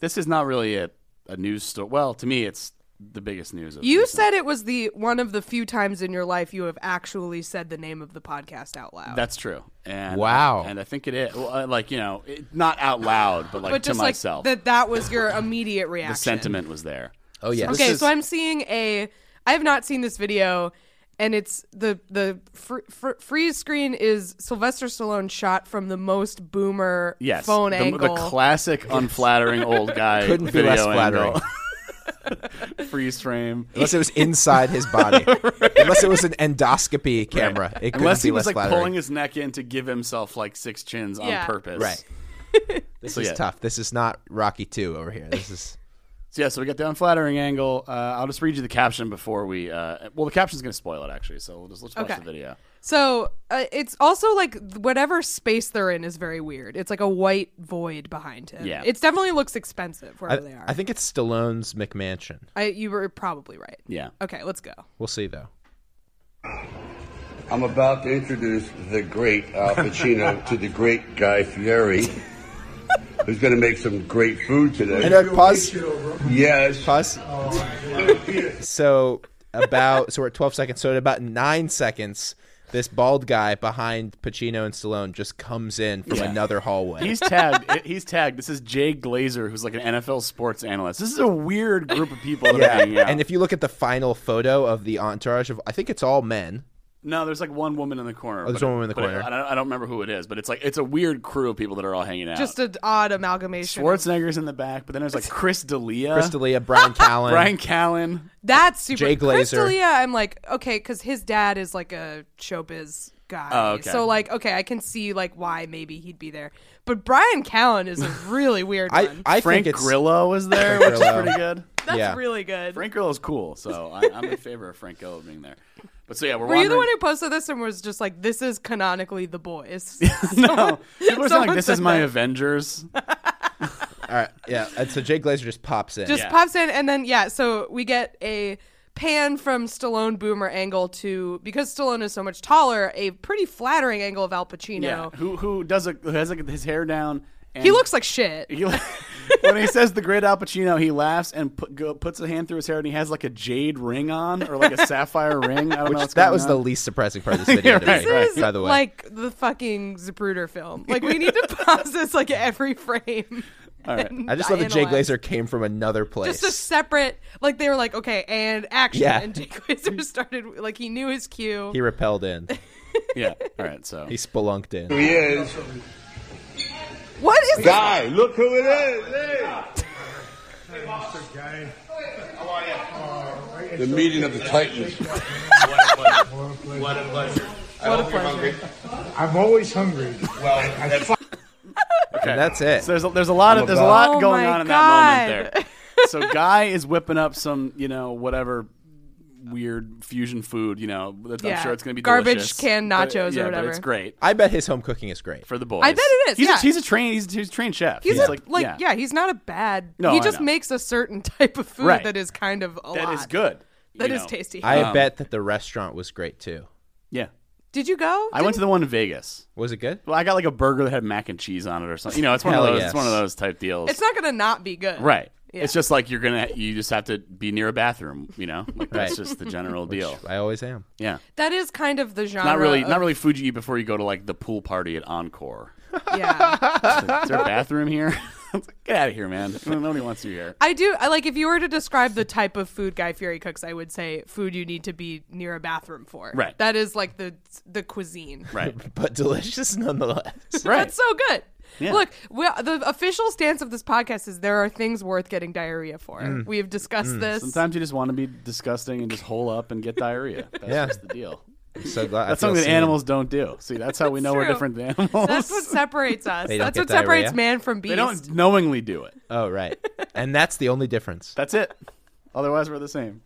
this is not really a, a news story. Well, to me, it's the biggest news. Of
You
recent-
said it was the one of the few times in your life you have actually said the name of the podcast out loud.
that's true. And
Wow.
and I think it is well, uh, like you know, it, not out loud, but like
but
to
just
myself,
like that that was your immediate
the
reaction.
sentiment was there.
Oh yeah.
this
Okay,
is-
so I'm seeing a. I have not seen this video, and it's the the fr- fr- freeze screen is Sylvester Stallone shot from the most boomer
Yes,
phone
the,
angle.
the classic unflattering
[laughs]
old guy
Couldn't be
video
less flattering.
angle. Freeze frame.
[laughs] Unless it was inside his [laughs] body. Unless it was an endoscopy camera. It couldn't
Unless
be
he was
less
like
flattering.
pulling his neck in to give himself like six chins
Yeah.
on purpose.
Right. this is
yeah.
tough. This is not Rocky Two over here. This is
So yeah, so we got the unflattering angle. Uh, I'll just read you the caption before we. Uh, well, the caption's going to spoil it actually, so we'll just let's watch
Okay.
the video.
so uh, it's also like th- whatever space they're in is very weird. It's like a white void behind him.
Yeah.
it definitely looks expensive
I,
wherever they are.
I think it's Stallone's McMansion.
I, you were probably right.
Yeah.
Okay, let's go.
We'll see though.
I'm about to introduce the great Al Pacino to the great Guy Fieri, who's going to make some great food today.
And uh, pause
yes.
pause. so about so we're at twelve seconds. So at about nine seconds, this bald guy behind Pacino and Stallone just comes in from another hallway.
He's tagged. [laughs] it- he's tagged. This is Jay Glazer, who's like an NFL sports analyst. This is a weird group of people that are [laughs] hanging out.
And if you look at the final photo of the entourage of, I think it's all men.
no, there's like one woman in the corner.
Oh, there's
but-
one woman in the
but
corner.
I, don't, I don't remember who it is, but it's like it's a weird crew of people that are all hanging out.
Just an odd amalgamation. of-
Schwarzenegger's in the back, but then there's like Chris D'Elia,
Crystalia,
[laughs]
Brian Callen.
Brian Callen.
That's super.
Jay
Chris
Glazer.
D'Elia, I'm like, okay, because his dad is like a showbiz guy.
Oh, okay.
So like, okay, I can see like why maybe he'd be there. But Brian Callen is a really weird
[laughs] I,
one.
I
Frank
think it's
Grillo was there, which is
Grillo.
pretty good.
That's
yeah.
really good.
Frank Grillo's cool, so I, I'm in favor of Frank Grillo being there. But so yeah, we're
were you the
wandering-
one who posted this and was just like, "This is canonically the boys"?
[laughs]
[laughs]
no, people are saying
someone
like, this
said
is my
that.
Avengers.
All right, yeah. And so Jay Glazer just pops in.
just
Yeah.
pops in and then yeah so we get a pan from stallone boomer angle to because stallone is so much taller a pretty flattering angle of al pacino
Yeah, who who does a, who has like his hair down? And
he looks like shit
He, [laughs] when he says the great Al Pacino, he laughs and put, go, puts a hand through his hair, and he has like a jade ring on or like a sapphire ring. I don't know.
which
What's
that
going
was
on.
the least surprising
[laughs]
part of this video. to me,
This
This is
by the way.
like the fucking Zapruder film. Like we need
[laughs]
to pause this like every frame. and
I just love that Jay
analyze.
Glazer came from another place.
Just a separate, like they were like, okay, and action,
Yeah.
and Jay Glazer [laughs] started like he knew his cue.
he
[laughs]
repelled in.
yeah. All right, so
He spelunked in.
Here he is.
what is this?
Guy, look who it is. Hey.
Guy.
The meeting of the Titans.
What a pleasure.
What a pleasure!
I'm always hungry. Well, I
And that's it.
so there's a, there's a lot of there's a
about-
lot
Oh
going
my
on in that moment
God. [laughs]
there. So guy is whipping up some you know whatever weird fusion food you know that's,
Yeah.
I'm sure it's gonna be
Garbage
delicious.
can
But-
nachos or
yeah,
whatever.
But it's great
I bet his home cooking is great.
for the boys.
I bet it is,
He's
yeah.
a, he's a trained he's, he's a trained chef.
He's
He's
a, like, yeah. he's not a bad.
No,
he
I
just
know.
makes a certain type of food
Right.
that is kind of a
that
lot.
is good.
That
you
is
know.
tasty.
I
um,
bet that the restaurant was great too.
Yeah,
Did you go?
I went to the one in Vegas.
Was it good?
Well, I got like a burger that had mac and cheese on it or something. You know, it's one
Hell
of those.
yes.
It's one of those type deals.
It's not gonna not be good,
right.
Yeah.
It's just like you're gonna. You just have to be near a bathroom. You know, like that's
Right.
just the general deal.
I always am. [laughs]
Yeah.
That is kind of the genre.
Not really.
of-
Not really food you eat before you go to like the pool party at Encore.
Yeah.
Is there a bathroom here? [laughs] Get out of here, man. [laughs] Nobody wants you here.
I do. I like if you were to describe the type of food Guy Fieri cooks, I would say food you need to be near a bathroom for.
Right.
That is like the the cuisine.
Right.
[laughs] but delicious nonetheless.
[laughs] Right.
That's so good.
Yeah.
Look, we, the official stance of this podcast is there are things worth getting diarrhea for. We have discussed this.
Mm. Sometimes you just want to be disgusting and just hole up and get diarrhea. That's
Yeah.
just the deal.
so glad. I
That's
feel
something that
seen.
animals don't do. See, that's how we know we're
true.
different than animals.
[laughs] That's what separates us.
They don't
That's
get
what separates
diarrhea?
man from
[laughs]
beast.
they don't knowingly do it.
Oh right, and that's the only difference.
That's it. Otherwise, we're the same.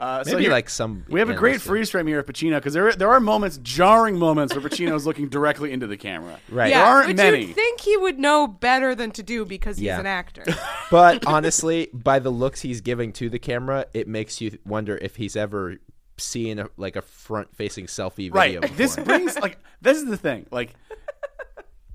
Uh, so
Maybe
here-
like some.
We have a
animals
great
do.
freeze frame here at Pacino because there there are moments, jarring moments, where Pacino is looking directly into the camera.
Right.
yeah,
There aren't
which
many.
you think he would know better than to do because he's
Yeah.
[laughs]
an actor.
But honestly, by the looks he's giving to the camera, it makes you wonder if he's ever seen a, like a front-facing selfie video.
right. [laughs]
before.
This brings like this is the thing. Like,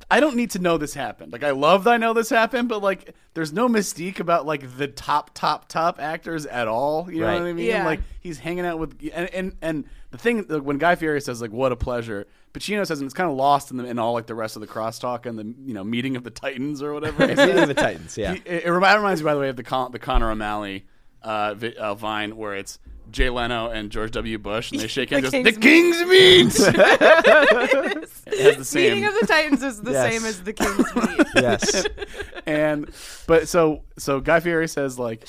I don't need to know this happened. Like, I love that I know this happened, but like, there's no mystique about like the top, top, top actors at all. You know
Right.
what I mean?
Yeah.
Like, he's hanging out with and and and the thing like, when Guy Fieri says like, "What a pleasure." Pacino says, and it's kind of lost in, the, in all like the rest of the crosstalk and the you know meeting of the Titans or whatever.
[laughs]
he
Meeting
says. [laughs]
of the Titans. Yeah.
He- it, it remi- reminds me, by the way, of the Con- the Connor O'Malley uh, vi- uh, vine where it's Jay Leno and George W. Bush, and they shake
[laughs]
hands.
The
just, the King's meat. it
[laughs]
has the
Meeting
same.
of the Titans
[laughs]
is the
Yes.
same as the King's Meat.
[laughs] yes.
[laughs]
and but so so Guy Fieri says like,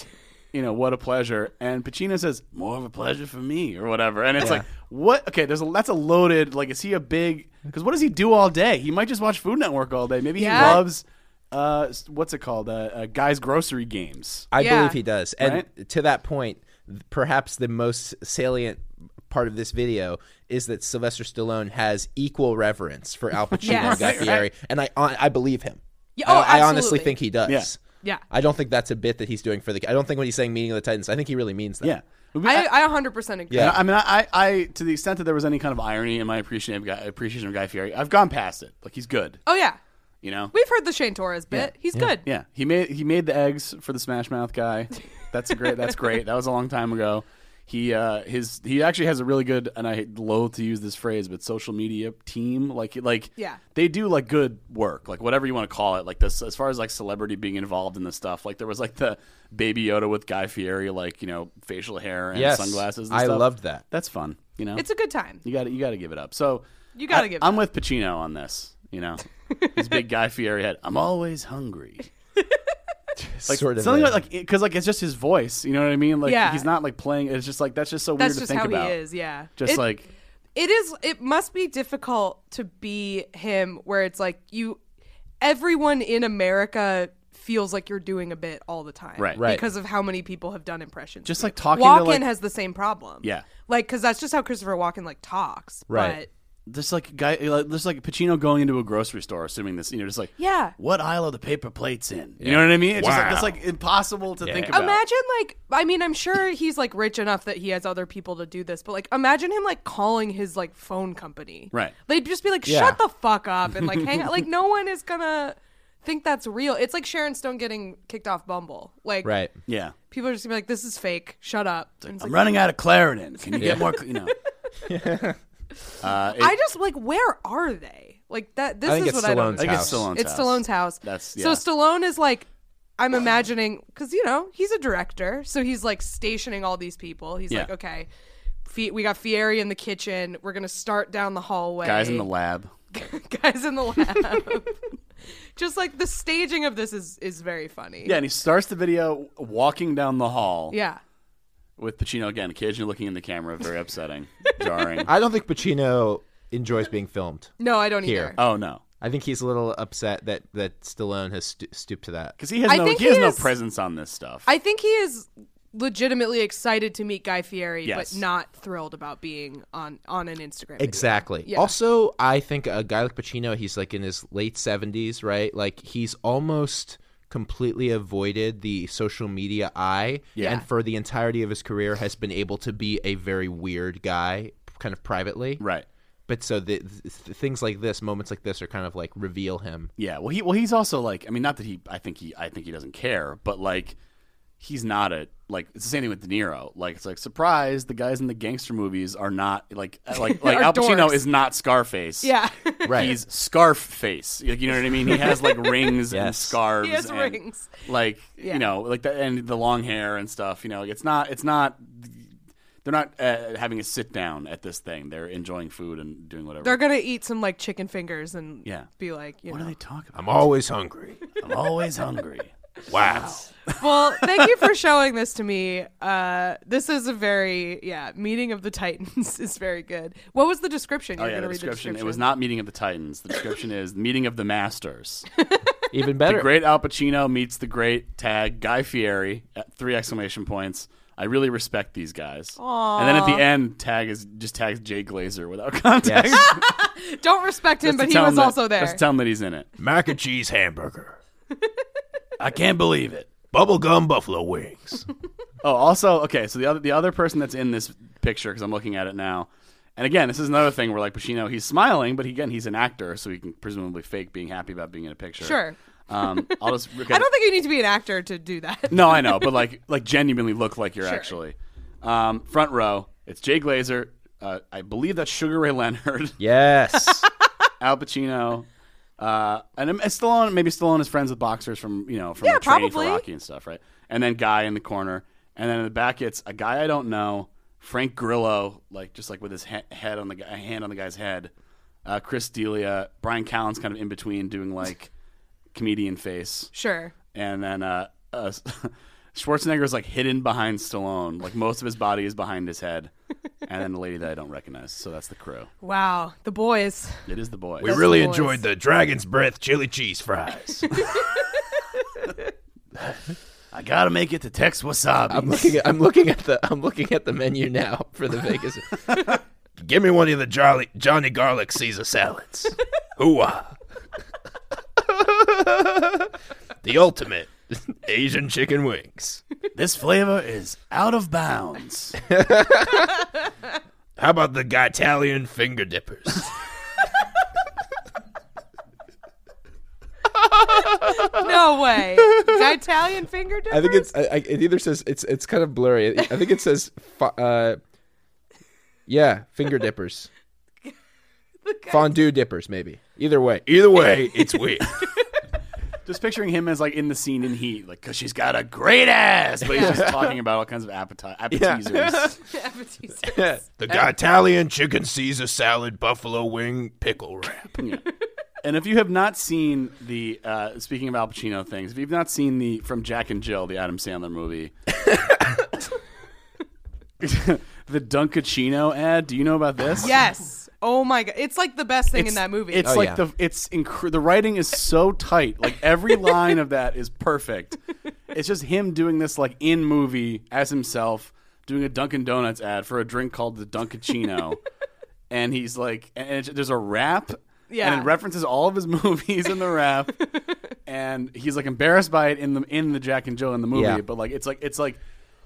you know, what a pleasure, and Pacino says more of a pleasure for me or whatever, and it's like what? Okay, there's a that's a loaded like. Is he a big? Because what does he do all day? He might just watch Food Network all day. Maybe
Yeah.
he loves. Uh, s- what's it called? Uh, uh, guys' grocery games.
I
Yeah.
believe he does. And
Right?
to that point, th- perhaps the most salient part of this video is that Sylvester Stallone has equal reverence for
[laughs]
Al Pacino
Yes.
and Guy
Right, right.
Fieri, and I hon- I believe him.
Yeah, oh,
I- I, honestly
absolutely.
think he does.
Yeah.
Yeah.
I don't think that's a bit that he's doing for the. I don't think when he's saying "meeting of the Titans," I think he really means that.
[laughs] Yeah.
I, I 100% agree.
Yeah.
And I I mean, I, I, I, to the extent that there was any kind of irony in my appreciation of Guy, appreciation of Guy Fieri, I've gone past it. Like he's good,
Oh, yeah.
you know.
We've heard the Shane Torres bit. He's good.
yeah, he made he made the eggs for the Smash Mouth guy. That's a great. that's great. That was a long time ago. He uh his he actually has a really good and I loathe to use this phrase but social media team like like
Yeah.
they do like good work like whatever you want to call it like this as far as like celebrity being involved in this stuff like there was like the Baby Yoda with Guy Fieri like you know facial hair and
Yes.
sunglasses and
I
stuff.
loved that.
that's fun you know
It's a good time.
You got to you got to give it up. So
You gotta
I-
give it
I'm with Pacino on this. You know, his big Guy Fieri head. I'm always
[laughs]
hungry. Like
sort of.
something
a-
like like because like it's just his voice. You know what I mean? Like
Yeah.
he's not like playing. It's just like that's just so
That's
weird
just
to think
how
about.
he is. Yeah.
Just
It-
like
it is it must be difficult to be him where it's like you everyone in america feels like you're doing a bit all the time
Right.
Right.
because of how many people have done impressions
Just
of
like
it.
talking to,
walken
like-
has the same problem
Yeah.
like because that's just how christopher walken like talks
Right.
just like guy like, just like Pacino going into a grocery store, assuming this. You know, just like
Yeah.
what aisle are the paper plates in? You know what I mean? It's just like that's like impossible to think
but
about.
imagine like i mean i'm sure he's like rich enough that he has other people to do this but like imagine him like calling his like phone company
Right.
they'd just be like
Yeah.
shut the fuck up and like hang
[laughs]
out like no one is gonna think that's real it's like sharon stone getting kicked off bumble like
right.
yeah,
people are just gonna be like this is fake shut up And it's
I'm
like,
running out of Claritin. Can you get more? cl- You
[laughs]
know. Uh, it-
i just like where are they like that this
I think
is
it's
what i don't
Stallone's
I think it's
house.
Stallone's
it's
house.
Stallone's house.
That's- yeah.
so Stallone is like, I'm imagining because you know he's a director, so he's like stationing all these people. He's
Yeah.
like, okay, Fi- we got Fieri in the kitchen. We're gonna start down the hallway.
guys
[laughs]
in the lab.
guys in the lab. [laughs] Just like the staging of this is is very funny.
Yeah, and he starts the video walking down the hall.
yeah.
with Pacino again, occasionally looking in the camera, very upsetting, [laughs] jarring.
I don't think Pacino enjoys being filmed.
No, I don't
Here.
either.
Oh no,
I think he's a little upset that that Stallone has stu- stooped to that.
because he has
I
no he,
think
has
he
no
is-
presence on this stuff.
I think he is legitimately excited to meet Guy Fieri,
Yes.
but not thrilled about being on on an Instagram. video.
Exactly.
Yeah.
Also, I think a guy like Pacino, he's like in his late seventies, right? Like he's almost completely avoided the social media eye,
Yeah.
and for the entirety of his career, has been able to be a very weird guy, kind of privately.
right.
But so the, th th- things like this, moments like this, are kind of like reveal him.
Yeah. Well, he well he's also like I mean not that he I think he I think he doesn't care, but like he's not a like it's the same thing with De Niro. Like it's like surprise, the guys in the gangster movies are not like uh,
[laughs]
like like
Are
Al Pacino
dorks.
is not Scarface.
[laughs] Yeah.
Right.
He's scarf face. Like, you know what I mean? He has like rings and
Yes.
scarves.
He has
and,
rings.
Like
Yeah.
you know, like the, and the long hair and stuff. You know, like, it's not. It's not. They're not uh, having a sit down at this thing. They're enjoying food and doing whatever.
They're gonna eat some like chicken fingers and
Yeah.
be like, you
what do
know.
they talk about?
I'm always hungry.
[laughs] I'm always hungry.
Wow.
[laughs] well, thank
[laughs]
you for showing this to me. Uh, this is a very yeah meeting of the Titans [laughs] is very good. What was the description?
Oh
You're
yeah,
gonna
the
read
description.
the
It was not meeting of the Titans. The description is meeting of the
[laughs]
masters.
Even
The
better.
great Al Pacino meets the great tag Guy Fieri at three exclamation points. I really respect these guys. And then at the end, tag is just tags Jay Glazer without [laughs] context.
Yes.
Don't respect him,
Just to
but he
tell him
was
that-
also there.
Just tell him that he's in it.
Mac and cheese hamburger.
I can't believe it.
Bubblegum buffalo wings.
Oh, also, okay. So the other the other person that's in this picture, because I'm looking at it now, and again, this is another thing where like Pacino, he's smiling, but again, he's an actor, so he can presumably fake being happy about being in a picture.
Sure. [laughs]
Um, I'll just. okay.
I don't think you need to be an actor to do
[laughs]
that.
No, I know, but like like genuinely look like you're actually. Um, front row, it's Jay Glazer. Uh, I believe that's Sugar Ray Leonard,
Yes.
Al Pacino, uh, and um, Stallone. Maybe Stallone is friends with boxers from you know from
Yeah,
the training
probably.
for Rocky and stuff, right? And then guy in the corner, and then in the back it's a guy I don't know, Frank Grillo, like just like with his he- head on the guy, hand on the guy's head. Uh, Chris Delia, Brian Callen's kind of in between, doing like comedian face
Sure.
and then uh, uh [laughs] Schwarzenegger's like hidden behind Stallone. Like most of his body is behind his head, and then the lady that I don't recognize. So that's the crew.
Wow. The boys.
It is the boy.
We really enjoyed [laughs] the Dragon's Breath chili cheese fries.
I gotta make it to Tex Wasabi.
I'm looking at I'm looking at the I'm looking at the menu now for the Vegas.
[laughs] Give me one of the Jolly, Johnny Garlic
[laughs]
Caesar salads. Hooah. the ultimate Asian chicken wings.
this flavor is out of bounds.
How about the Italian finger dippers?
No
[laughs]
way. The Italian finger dippers?
I think it's I, I, it either says it's it's kind of blurry. I think it says fi- uh, yeah, finger
[laughs]
dippers, fondue dippers, maybe. Either way,
Either way, it's weird.
[laughs] just picturing him as like in the scene in Heat, like because she's got a great ass, but he's just talking about all kinds of appetite appetizers.
[laughs]
[laughs]
Appetizers.
The Italian chicken Caesar salad buffalo wing pickle wrap.
And if you have not seen the uh, speaking of Al Pacino things, if you've not seen the from Jack and Jill, the Adam Sandler movie, [laughs] the Dunkachino ad. Do you know about this?
yes. Oh my god. It's like the best thing in that movie.
It's
Oh,
like
yeah.
the it's incre- the writing is so tight. Like
[laughs]
every line of that is perfect. It's just him doing this like in movie as himself doing a Dunkin' Donuts ad for a drink called the
[laughs]
Dunkachino. and he's like and it's, there's a rap
Yeah.
and it references all of his [laughs] movies in the rap.
[laughs]
and he's like embarrassed by it in the in the Jack and Jill in the movie,
Yeah.
but like it's like it's like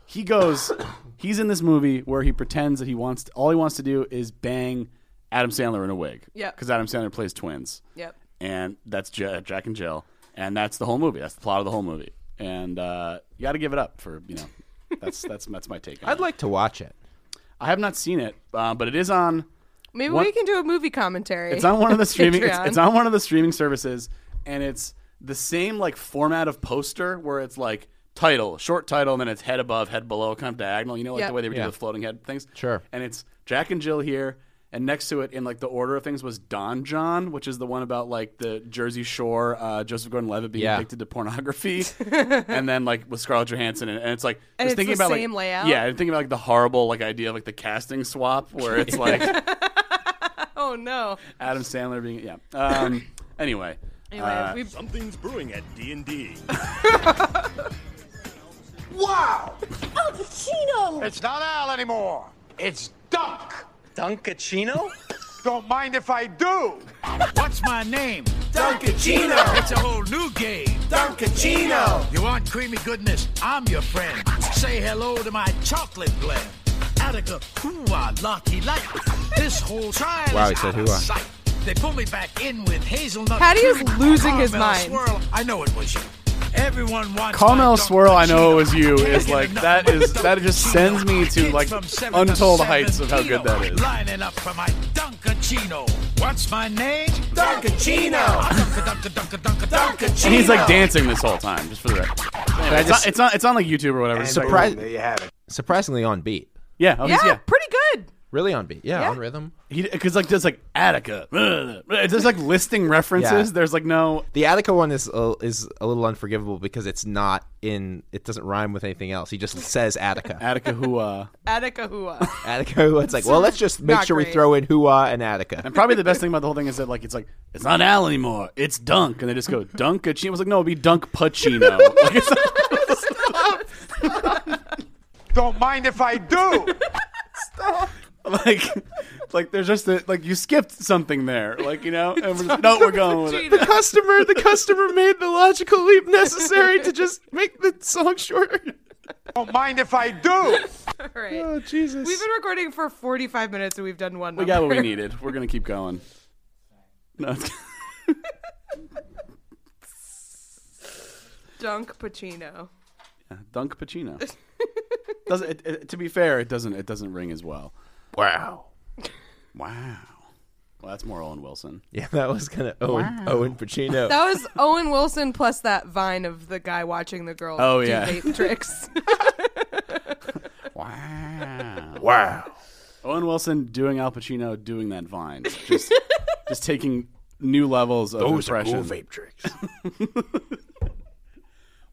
he goes [coughs] he's in this movie where he pretends that he wants to, all he wants to do is bang Adam Sandler in a wig.
Yep.
Cuz Adam Sandler plays twins.
yep.
And that's J- Jack and Jill and that's the whole movie. That's the plot of the whole movie. And uh, you got to give it up for, you know, that's that's that's my take on
[laughs] I'd
it.
like to watch it.
I have not seen it, uh, but it is on
Maybe
What-
we can do a movie commentary.
It's on one
[laughs]
of the streaming. it's,
Patreon.
it's on one of the streaming services, and it's the same like format of poster where it's like title, short title, and then it's head above, head below, kind of diagonal. You know, like
Yep.
the way they would
Yeah.
do the floating head things.
Sure.
And it's Jack and Jill here, and next to it, in like the order of things, was Don John, which is the one about like the Jersey Shore, uh, Joseph Gordon-Levitt being
Yeah.
addicted to
[laughs]
pornography, and then like with Scarlett Johansson, and, and it's like
And
just
it's
thinking
the
about
same
like,
layout?
Yeah, and thinking about like the horrible like idea of like the casting swap where
[laughs]
it's like.
oh no.
Adam Sandler being yeah. [laughs] Um, anyway,
Anyway,
Uh,
we
Something's brewing at D&D.
[laughs]
Al Pacino!
It's not Al anymore. It's Dunk.
Dunkachino.
Don't mind if I do. What's my name? Dunkachino. It's a whole new game. Dunkachino. You want creamy goodness? I'm your friend. Say hello to my chocolate blend. Attica, hoo-ah, lucky light. This whole trial
Wow, he
is
said
out of
hooah.
sight. They pull me back in with hazelnut.
Patty is
cream,
losing his
caramel
mind.
Swirl. I know it was you. Everyone wants
Carmel Swirl, I know it was you, is like that is that just sends me to like untold heights of how good that is.
lining up for my Dunkachino. What's my name?
And he's like dancing this whole time, just for the record. Anyway, it's,
just-
on, it's on it's on like YouTube or whatever. Just like-
Surprise- surprisingly on beat.
Yeah, oh, he's- yeah.
pretty good.
Really on beat. Yeah,
Yeah.
on rhythm.
Because like there's like Attica, there's like listing references.
Yeah.
There's like no
The Attica one is a, is a little unforgivable because it's not in. It doesn't rhyme with anything else. He just says Attica.
Attica uh, Hua. [laughs]
Atticahua.
Attica. It's like, well, let's just make
Not
sure we
great.
throw in Hua and Attica.
And probably the best thing about the whole thing is that like it's like it's not Al anymore. It's Dunk, and they just go Dunk Pacino. I was like, no, it'd be Dunk
[laughs]
Pacino. Like, it's
Don't mind if I do.
like like there's just a, like you skipped something there. Like you know, and we're just, no, we're going with it.
The customer, the customer made the logical leap necessary to just make the song shorter.
Don't mind if I do.
All right.
Oh Jesus!
We've been recording for 45 minutes and we've done one.
We got what we
number.
needed. We're gonna keep going. No, it's- [laughs]
[laughs] Dunk Pacino.
Dunk Pacino. Doesn't it, it- to be fair, it doesn't it doesn't ring as well.
Wow.
Wow. Well, that's more Owen Wilson.
Yeah, that was kind of Owen Owen
[laughs]
Pacino.
That was Owen Wilson plus that vine of the guy watching the girl
Oh,
do
yeah.
vape
[laughs]
tricks.
Wow.
wow.
Owen Wilson doing Al Pacino doing that vine.
[laughs]
Just just taking new levels of impression.
tricks.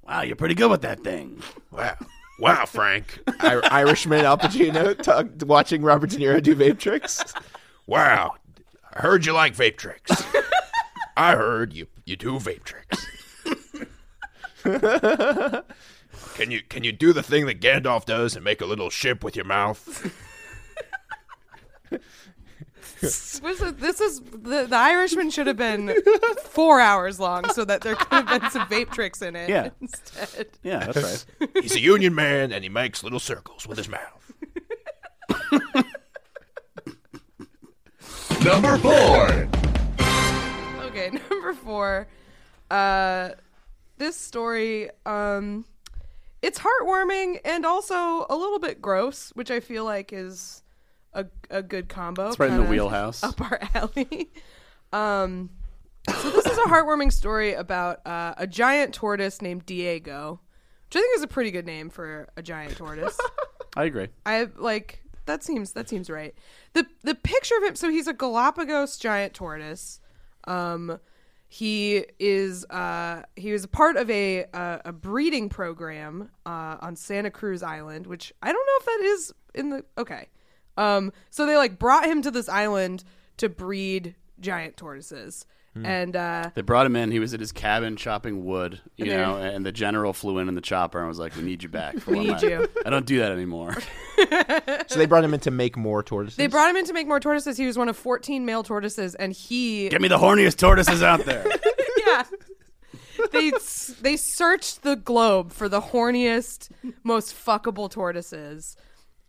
Wow, you're pretty good with that thing.
Wow. Wow, Frank. I- Irishman Al Pacino t- watching Robert De Niro do vape tricks.
Wow. I heard you like vape tricks. I heard you you do vape tricks. can you can you do the thing that Gandalf does and make a little ship with your mouth?
This is, this is the, the Irishman should
[laughs]
have been four hours long so that there could have been some vape tricks in it.
Yeah.
Instead.
Yeah, that's [laughs] right.
He's a union man and he makes little circles with his mouth.
Number four.
Okay, [laughs] number four. Uh, this story, um, it's heartwarming and also a little bit gross, which I feel like is a, a good combo. It's
right in the wheelhouse.
[laughs] Up our alley. Um, so this is a heartwarming story about uh, a giant tortoise named Diego, which I think is a pretty good name for a giant
[laughs]
tortoise.
I agree.
I like that seems that seems right. The the picture of him so he's a Galapagos giant tortoise. Um he is uh he was a part of a uh, a breeding program uh on Santa Cruz Island, which I don't know if that is in the okay. Um so they like brought him to this island to breed giant tortoises. And uh
They brought him in. He was at his cabin chopping wood, you
And
know, and the general flew in in the chopper and was like, "We need you back. for
We
one
need
night."
you.
I don't do that anymore."
So they brought him in to make more tortoises.
they brought him in to make more tortoises. He was one of 14 male tortoises and
[laughs]
he
Get me the horniest tortoises out there.
yeah. They s- they searched the globe for the horniest, most fuckable tortoises,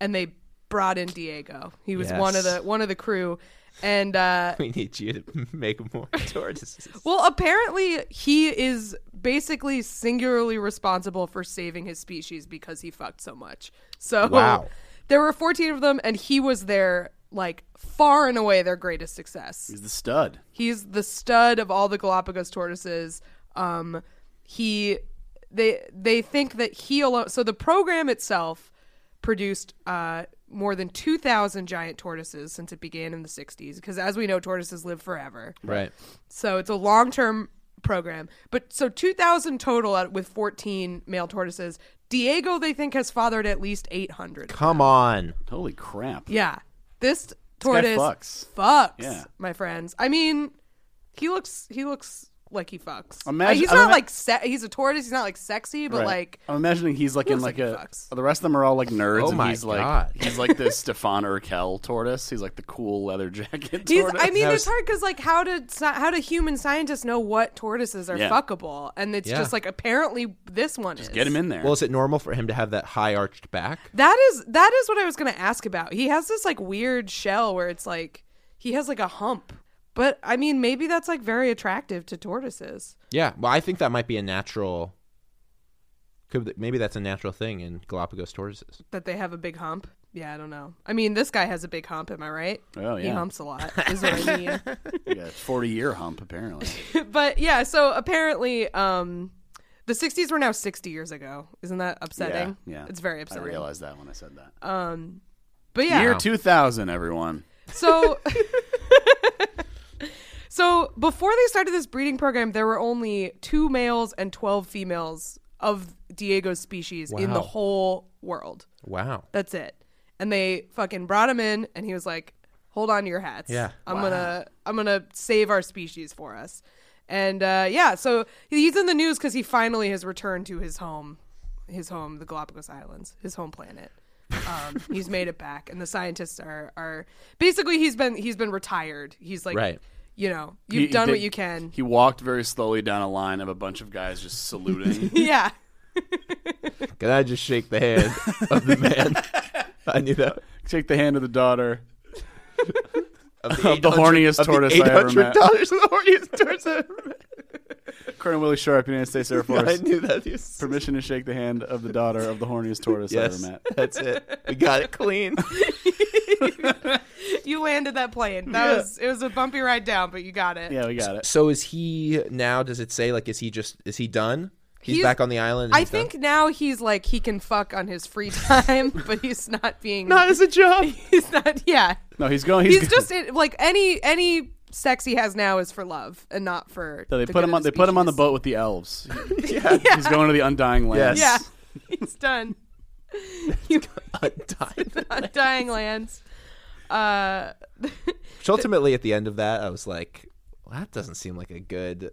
and they brought in Diego. He was one of
Yes.
the one of the crew, and uh,
[laughs] we need you to make more [laughs] tortoises.
well, apparently he is basically singularly responsible for saving his species because he fucked so much. So
Wow.
there were fourteen of them, and he was their like far and away their greatest success.
He's [laughs] the stud.
He's the stud of all the Galapagos tortoises. Um, he, they, they think that he alone. So the program itself produced uh, more than two thousand giant tortoises since it began in the '60s. Because as we know, tortoises live forever.
Right.
So it's a long term program. But so 2,000 total at, with 14 male tortoises. Diego, they think, has fathered at least 800.
Come on.
Holy crap!
Yeah. This
guy
tortoise
fucks.
fucks,
Yeah.
my friends. I mean, he looks he looks like he fucks.
Imagine-
he's
I'm
not
ima-
like se- he's a tortoise. He's not like sexy, but
Right.
like
I'm imagining he's like in
looks
like,
like he
a.
fucks.
The rest of them are all like nerds,
Oh
and
my
he's like
God.
he's like [laughs] the Stefan Urkel tortoise. He's like the cool leather jacket.
he's.
tortoise.
I mean,
That
it's
was-
hard because like how did sci- how do human scientists know what tortoises are
Yeah.
fuckable? And it's
Yeah.
just like apparently this one is.
get him in there.
Well, is it normal for him to have that high arched back?
That is that is what I was gonna ask about. He has this like weird shell where it's like he has like a hump. But I mean, maybe that's like very attractive to tortoises.
Yeah. Well, I think that might be a natural Could th- maybe that's a natural thing in Galapagos tortoises.
that they have a big hump. Yeah, I don't know. I mean, this guy has a big hump. Am I right?
Oh,
He
yeah.
humps
[laughs]
a lot. Is what I mean.
yeah, forty year hump apparently.
but yeah, so apparently, um, the '60s were now 60 years ago. Isn't that upsetting?
Yeah, yeah.
it's very upsetting.
I realized that when I said that.
Um, but yeah,
Year two thousand, everyone.
So, [laughs] so before they started this breeding program, there were only two males and twelve females of Diego's species in
Wow.
the whole world.
Wow.
That's it. And they fucking brought him in, and he was like, "Hold on to your hats.
Yeah.
I'm gonna, I'm gonna save our species for us." And uh, yeah, so he's in the news because he finally has returned to his home, his home, the Galapagos Islands, his home planet. Um, he's made it back, and the scientists are are basically he's been he's been retired. He's like,
Right.
you know, you've
He-
done
they-
what you can.
He walked very slowly down a line of a bunch of guys just saluting.
[laughs] yeah.
Can I just shake the hand of the man? I knew that.
Shake the hand of the daughter. [laughs]
Of
the, horniest tortoise I ever met.
dollars the horniest tortoise I ever met.
Colonel Willie Sharp, United States
[laughs]
Air Force.
I knew that. Yes.
Permission to shake the hand of the daughter of the horniest tortoise
Yes,
I ever met.
that's it. We got it clean.
You landed that plane. That was it was a bumpy ride down, but you got it.
Yeah, we got it.
[laughs] So is he now? Does it say like is he just is he done? He's,
He's-
back on the island. and
I
he's done?
think
[laughs]
now he's like he can fuck on his free [laughs] time, but he's not being
not as a job.
[laughs] he's not yeah.
No, he's going. [laughs] He's,
He's, just in, like any any sex he has now is for love and not for.
So they
the
put
good
him
of
on. They put him on the
species.
boat with the
[laughs]
elves. [laughs] He's going to the Undying Lands. [laughs]
Yes.
Yeah, he's done. [laughs] You [laughs]
Untied.
dying lands. Uh,
Which ultimately, at the end of that, I was like, well, that doesn't seem like a good,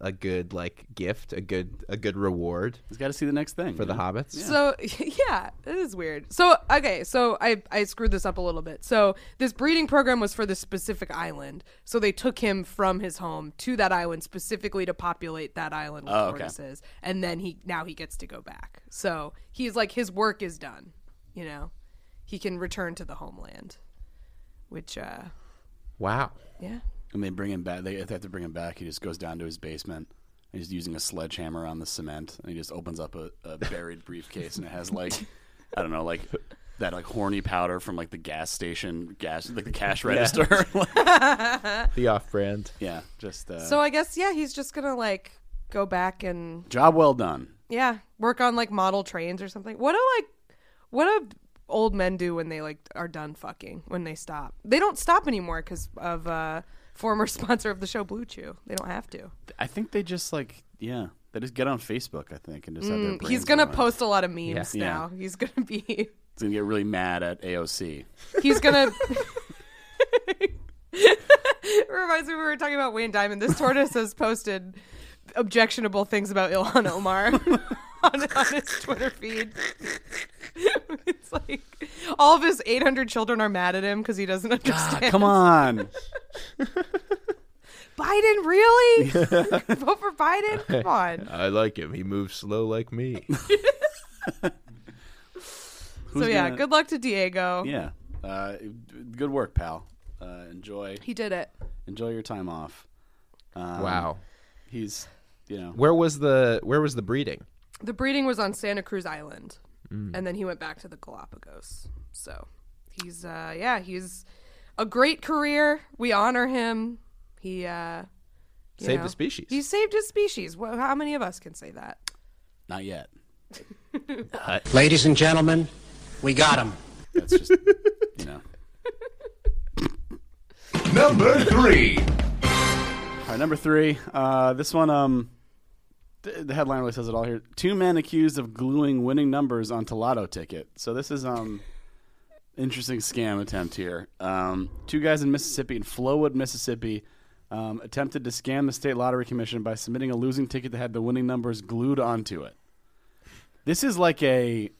a good like gift, a good a good reward
He's got to see the next thing
for the
you know?
hobbits.
So [laughs] yeah, it is weird. So okay, so I I screwed this up a little bit. So this breeding program was for this specific island. So they took him from his home to that island specifically to populate that island with
Oh, okay.
tortoises, and then he now he gets to go back. So he's like his work is done. You know, he can return to the homeland, which uh
Wow.
yeah.
And they bring him back. They, if they have to bring him back. He just goes down to his basement. And he's using a sledgehammer on the cement, and he just opens up a, a buried [laughs] briefcase, and it has like, I don't know, like that like horny powder from like the gas station gas, like the
[laughs]
cash register. [laughs] Like,
The off-brand.
yeah, just uh,
So I guess yeah, he's just gonna like go back and
job well done.
Yeah, work on like model trains or something. What do like what do old men do when they like are done fucking when they stop? They don't stop anymore because of uh former [laughs] sponsor of the show Blue Chew. They don't have to.
I think they just like yeah, they just get on Facebook. I think and just have their
Mm, he's
brains
gonna
going.
post a lot of memes
Yeah.
now. He's gonna be.
He's gonna get really mad at AOC.
He's gonna. Reminds me we were talking about Wayne Diamond. This tortoise has posted objectionable things about Ilhan Omar [laughs] on, on his Twitter feed. it's like all of his 800 children are mad at him because he doesn't
Ah,
understand.
come
[laughs]
on, [laughs]
Biden, really? Vote for Biden? Come on.
I like him. He moves slow like [laughs] me.
so yeah,
gonna-
good luck to Diego.
yeah, uh, good work, pal. Uh, enjoy
He did it.
enjoy your time off. Um,
wow.
he's you know
Where was the where was the breeding?
The breeding was on Santa Cruz Island,
Mm.
and then he went back to the Galapagos. So he's uh yeah he's a great career. We honor him. He uh you
Saved
know,
the species.
He saved his species. Well, how many of us can say that?
not yet.
[laughs] Ladies and gentlemen, we got him.
That's just you know.
Number three.
All right, number three. Uh, this one, um, th- the headline really says it all here. Two men accused of gluing winning numbers onto lotto ticket. So this is um, interesting scam attempt here. Um, two guys in Mississippi, in Flowood, Mississippi, um, attempted to scam the state lottery commission by submitting a losing ticket that had the winning numbers glued onto it. This is like a.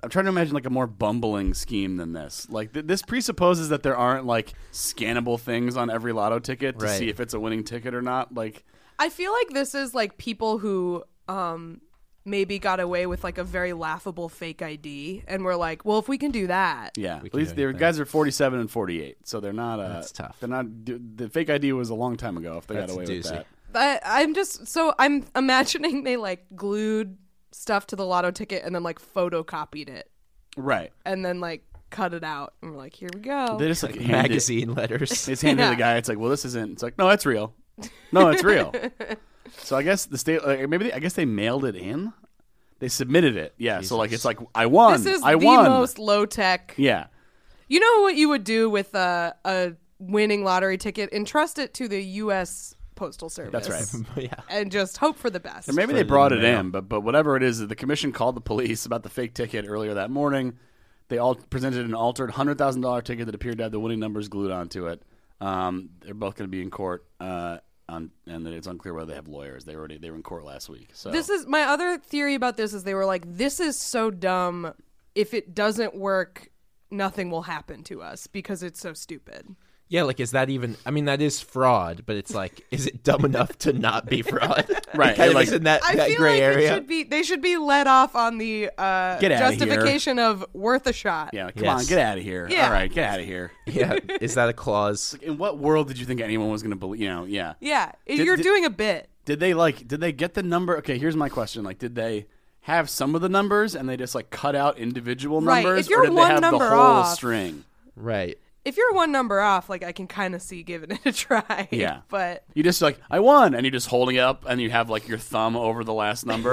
I'm trying to imagine like a more bumbling scheme than this. Like th- this presupposes that there aren't like scannable things on every lotto ticket to
Right.
see if it's a winning ticket or not. Like
I feel like this is like people who um maybe got away with like a very laughable fake ID and were like, well, if we can do that,
Yeah,
We
at
can
least
do
the
anything.
guys are forty-seven and forty-eight, so they're not. Uh,
That's tough.
They're not. d- The fake ID was a long time ago. If they got
That's a
away with
doozy.
that,
I, I'm just so I'm imagining they like glued stuff to the lotto ticket and then like photocopied it
Right.
and then like cut it out and we're like, here we go.
They just like, hand it-
magazine letters.
[laughs] It's handed to
Yeah.
the guy. It's like, well, this isn't. It's like, no, it's real. No, it's
[laughs]
real. so I guess the state. Like, maybe they, I guess they mailed it in. They submitted it. Yeah. So like, it's like I won.
This is
I
the
won.
most low tech.
yeah.
You know what you would do with a, a winning lottery ticket? Entrust it to the U.S. Postal Service.
That's right.
[laughs] yeah.
[laughs] And just hope for the best.
Or maybe they brought it in, but but whatever it is, the commission called the police about the fake ticket earlier that morning. They all presented an altered hundred thousand dollar ticket that appeared to have the winning numbers glued onto it. Um, they're both going to be in court, uh, on, and it's unclear whether they have lawyers. They already they were in court last week. So
This is my other theory about this is they were like, this is so dumb. If it doesn't work, nothing will happen to us because it's so stupid.
Yeah, like is that even? I mean, that is fraud, but it's like, [laughs] is it dumb enough to not be fraud?
[laughs] Right,
It kind
and,
of
like-
is in that,
I
that
feel
gray
like
area.
It should be, they should be let off on the uh,
Get outta here.
justification of worth a shot.
yeah, come
Yes.
on, get out of here.
Yeah.
All right, get out of here.
yeah, is that a clause?
In what world did you think anyone was going to believe? You know, yeah.
Yeah,
Did-
you're
did-
doing a bit.
Did they like? Did they get the number? Okay, here's my question: Like, did they have some of the numbers and they just like cut out individual
Right, if
numbers,
you're
or did
one
they have the whole
number off-
string?
Right.
If you're one number off, like I can kind of see giving it a try.
Yeah.
[laughs] but
You just like, I won, and you're just holding it up, and you have like your thumb over the last number.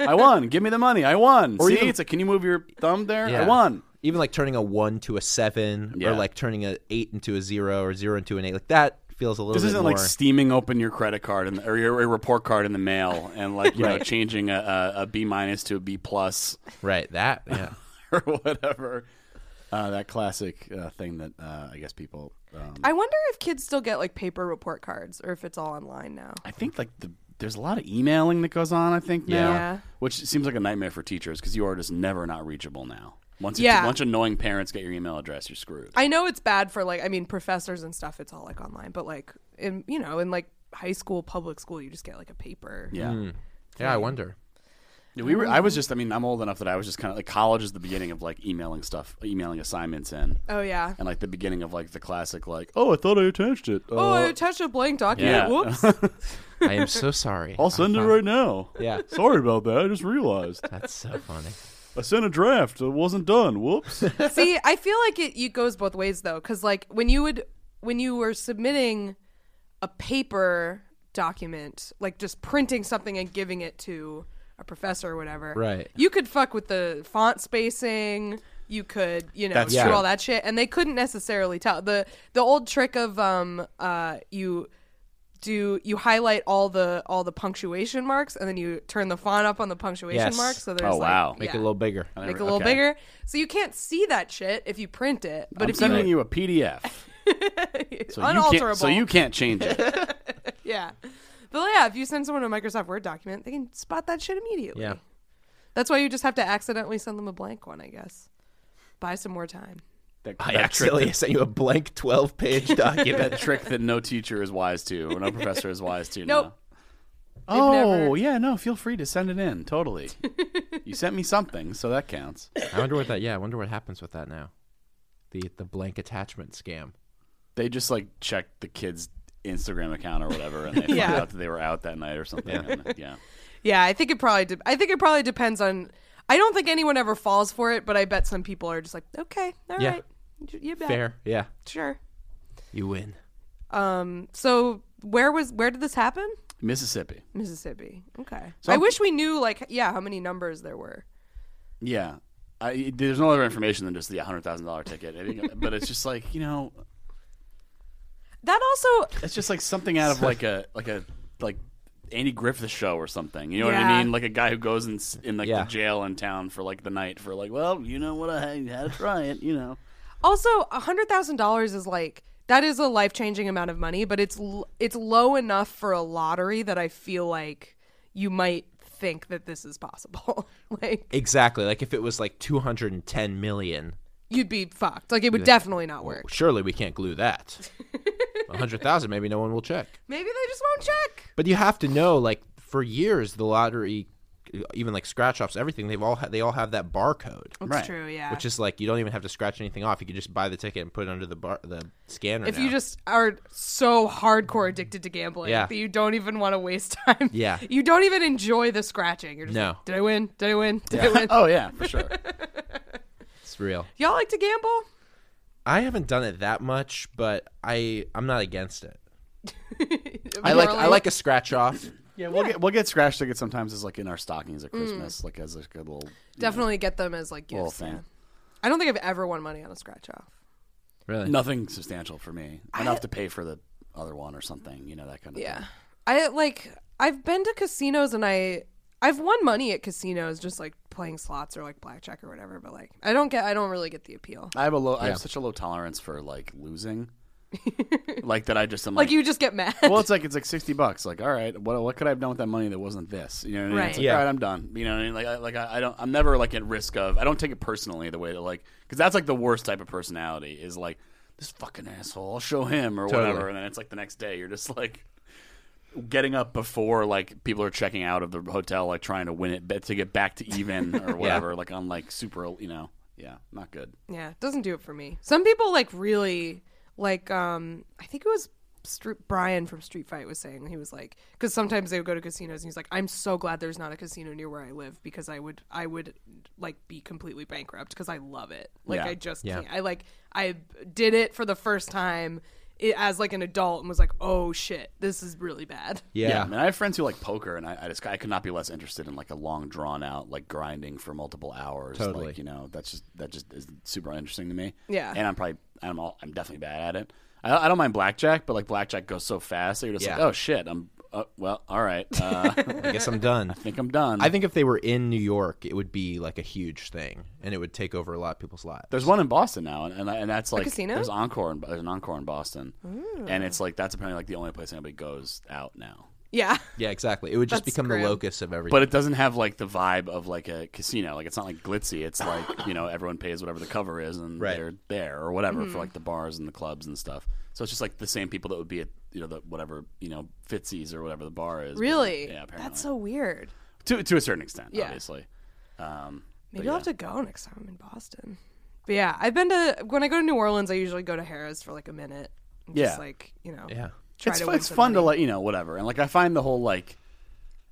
[laughs] I won. Give me the money. I won.
Or
See,
even-
it's like, can you move your thumb there?
Yeah.
I won.
Even like turning a one to a seven,
uh, Yeah.
or like turning a eight into a zero, or zero into an eight. Like that feels a little.
This
bit
isn't
more...
like steaming open your credit card and or your, your report card in the mail, and like you know changing a, a, a B minus to a B plus [laughs]
right. That. Yeah.
or whatever. Uh, that classic uh, thing that uh, I guess people. Um,
I wonder if kids still get like paper report cards or if it's all online now.
I think like the there's a lot of emailing that goes on. I think now,
Yeah.
which seems like a nightmare for teachers because you are just never not reachable now. Once you-
Yeah.
once annoying parents get your email address, you're screwed.
I know it's bad for like I mean professors and stuff. It's all like online, but like in you know in like high school, public school, you just get like a paper.
Yeah.
Yeah. I wonder.
Yeah, we were. I was just. I mean, I'm old enough that I was just kind of like college is the beginning of like emailing stuff, emailing assignments in,
Oh yeah.
and like the beginning of like the classic like, oh, I thought I attached it. Uh,
Oh, I attached a blank document.
yeah. [laughs]
Whoops.
I am so sorry. Uh,
I'll send it right now.
Yeah.
Sorry about that. I just realized
That's so funny.
I sent a draft. It wasn't done. Whoops.
See, I feel like it, it goes both ways though, because like when you would when you were submitting a paper document, like just printing something and giving it to a professor or whatever,
Right.
You could fuck with the font spacing. You could, you know,
That's
do
true.
all that shit, and they couldn't necessarily tell the the old trick of um uh you do you highlight all the all the punctuation marks and then you turn the font up on the punctuation
Yes.
marks so there's
Oh,
like,
wow.
Make it
yeah
a little bigger.
make it a little
Okay.
bigger. So you can't see that shit if you print it, but
I'm
if
sending
[laughs] you,
you a PDF. So you can't-
unalterable,
so you can't change
[laughs]
it.
yeah. But yeah, if you send someone a Microsoft Word document, they can spot that shit immediately.
Yeah.
That's why you just have to accidentally send them a blank one, I guess. Buy some more time.
That,
I
that trick
accidentally sent you a blank [laughs] twelve-page
that
document.
trick that no teacher is wise to, or no professor is wise to.
Nope.
Now. Oh
never-
yeah, no. Feel free to send it in.
[laughs]
Totally. you sent me something, so that counts.
I wonder what that. Yeah, I wonder what happens with that now. The the blank attachment scam.
They just like checked the kid's Instagram account or whatever, and they
Yeah.
found out that they were out that night or something. Yeah. yeah.
Yeah, I think it probably. De- I think it probably depends on. I don't think anyone ever falls for it, but I bet some people are just like, okay, all right,
Yeah.
You- you bet,
Fair. Yeah.
sure.
You win.
Um, so where was where did this happen?
Mississippi.
Mississippi. Okay.
So
I
I'm-
wish we knew, like, yeah, how many numbers there were.
Yeah. I, there's no other information than just the hundred thousand dollar ticket, I mean, but it's just like you know,
That also,
it's just like something out of like a like a like Andy Griffith show or something. You know what
Yeah.
I mean? Like a guy who goes in s- in like
Yeah.
the jail in town for like the night for like, well, you know what? I had to try it. You know,
also a hundred thousand dollars is like that is a life changing amount of money, but it's l- it's low enough for a lottery that I feel like you might think that this is possible. [laughs] like
Exactly. Like if it was like 210 million,
you'd be fucked. Like it would definitely not work.
surely we can't
[laughs]
glue that. 100,000, maybe no one will check.
Maybe they just won't check.
But you have to know, like, for years, the lottery even like scratch offs, everything they've all ha- they all have that barcode.
That's Right. true, Oh, yeah.
Which is like you don't even have to scratch anything off. You can just buy the ticket and put it under the bar the scanner.
if
now.
you just are so hardcore addicted to gambling
Yeah.
that you don't even want to waste [laughs] time.
Yeah.
You don't even enjoy the scratching. You're just
No.
like, did I win? Did I win? Did I
Yeah. [laughs]
win?
Oh, yeah, for sure. it's real.
Y'all like to gamble?
I haven't done it that much, but I I'm not
[laughs]
against it.
I like- I like a
scratch off.
Yeah, we'll get we'll get scratch tickets sometimes as like in our stockings at
Mm.
Christmas, like as like a little
Definitely get them as like
little
gifts. yeah.
thing.
I don't think I've ever won money on a scratch off.
Really,
nothing substantial for me. Enough to pay for the other one or something, you know that kind of
Yeah.
thing.
I like I've been to casinos and I I've won money at casinos just like playing slots or like blackjack or whatever, but like I don't get I don't really get the appeal.
I have a low. I
Yeah.
have such a low tolerance for like losing, like that. I just am
Like,
like,
you just get [laughs] mad.
Well, it's like it's like sixty bucks. Like, all right, what what could I have done with that money that wasn't this? You know, what I mean?
Right.
It's like,
Yeah.
all right, I'm done. You know, what I mean? like I, like I, I don't. I'm never like at risk of. I don't take it personally the way that like because that's like the worst type of personality is like this fucking asshole. I'll show him or
Totally.
whatever, and then it's like the next day you're just like getting up before like people are checking out of the hotel, like trying to win it bet to get back to even
[laughs] Yeah.
or whatever. Like on like super, you know, yeah, not good.
Yeah, it doesn't do it for me. Some people like really like um I think it was Str- Brian from Street Fight was saying he was like cuz sometimes they would go to casinos and he's like I'm so glad there's not a casino near where I live because I would I would like be completely bankrupt cuz I love it. Like
Yeah.
I just
Yeah.
can't. I like I did it for the first time i- as like an adult and was like, "Oh shit, this is really bad."
Yeah. I mean, I have friends who like poker, and I, I just I could not be less interested in like a long drawn out like grinding for multiple hours.
Totally.
Like, you know, that's just that just is super interesting to me.
Yeah.
And I'm probably I'm all I'm definitely bad at it. I, I don't mind blackjack, but like blackjack goes so fast that you're just like,
Yeah.
oh shit, I'm uh, well, all right.
[laughs]
Uh,
I guess I'm done. I
think I'm done.
I think if they were in New York, it would be like a huge thing, and it would take over a lot of people's lives.
There's one in Boston now, and and, and that's like
casino?
There's encore. In, there's an encore in Boston,
Ooh.
and it's like that's apparently like the only place anybody goes out now.
Yeah. [laughs]
Yeah, exactly. It would just
That's
become
grim.
the locus of everything.
But it doesn't have like the vibe of like a casino. Like it's not like glitzy. It's like you know everyone pays whatever the cover is and
Right.
they're there or whatever
Mhm.
Mm-hmm.
for like the bars and the clubs and stuff. So it's just like the same people that would be at you know the whatever you know Fitzy's or whatever the bar is.
Really?
Yeah, apparently.
That's so weird.
to to a certain extent,
Yeah.
obviously. Um,
Maybe I'll have to go next time I'm in Boston. But yeah, I've been to when I go to New Orleans, I usually go to Harrah's for like a minute. And
Yeah.
Just like, you know. Try
it's
to
fu-
win
it's
some
fun to
money.
like you know whatever, and like I find the whole like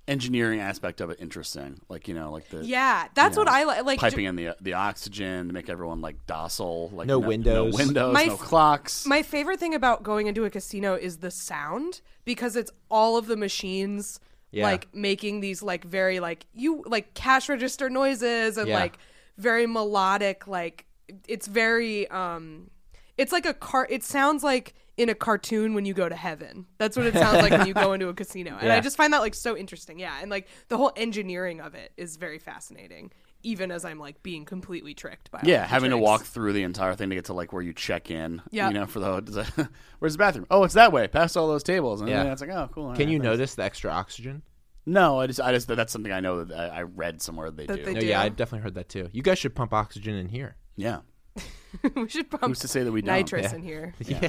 engineering aspect of it interesting. Like you know like the
Yeah, that's
you
what I li- like,
piping
ju-
in the the oxygen to make everyone like docile. Like
No windows.
no windows,
My
no
f-
clocks.
My favorite thing about going into a casino is the sound because it's all of the machines
Yeah.
like making these like very like you like cash register noises and
Yeah.
like very melodic like it's very um it's like a car it sounds like in a cartoon when you go to heaven that's what it sounds like when you go into a casino and i
Yeah.
just find that like so interesting yeah and like the whole engineering of it is very fascinating even as i'm like being completely tricked by all
Yeah,
the
having to
tricks.
walk through the entire thing to get to like where you check in.
Yeah.
you know, for the [laughs] where's the bathroom? Oh, it's that way, past all those tables. And
Yeah.
yeah, it's like oh, cool. all
Can
right,
you
thanks.
notice the extra oxygen?
No, I just, I just that's something I know that I, I read somewhere that they
That
do.
they
no, yeah, I've definitely heard that too. You guys should pump oxygen in here.
Yeah.
[laughs] we should pump
Who's to say that we don't?
nitrous
Yeah.
in here.
Yeah.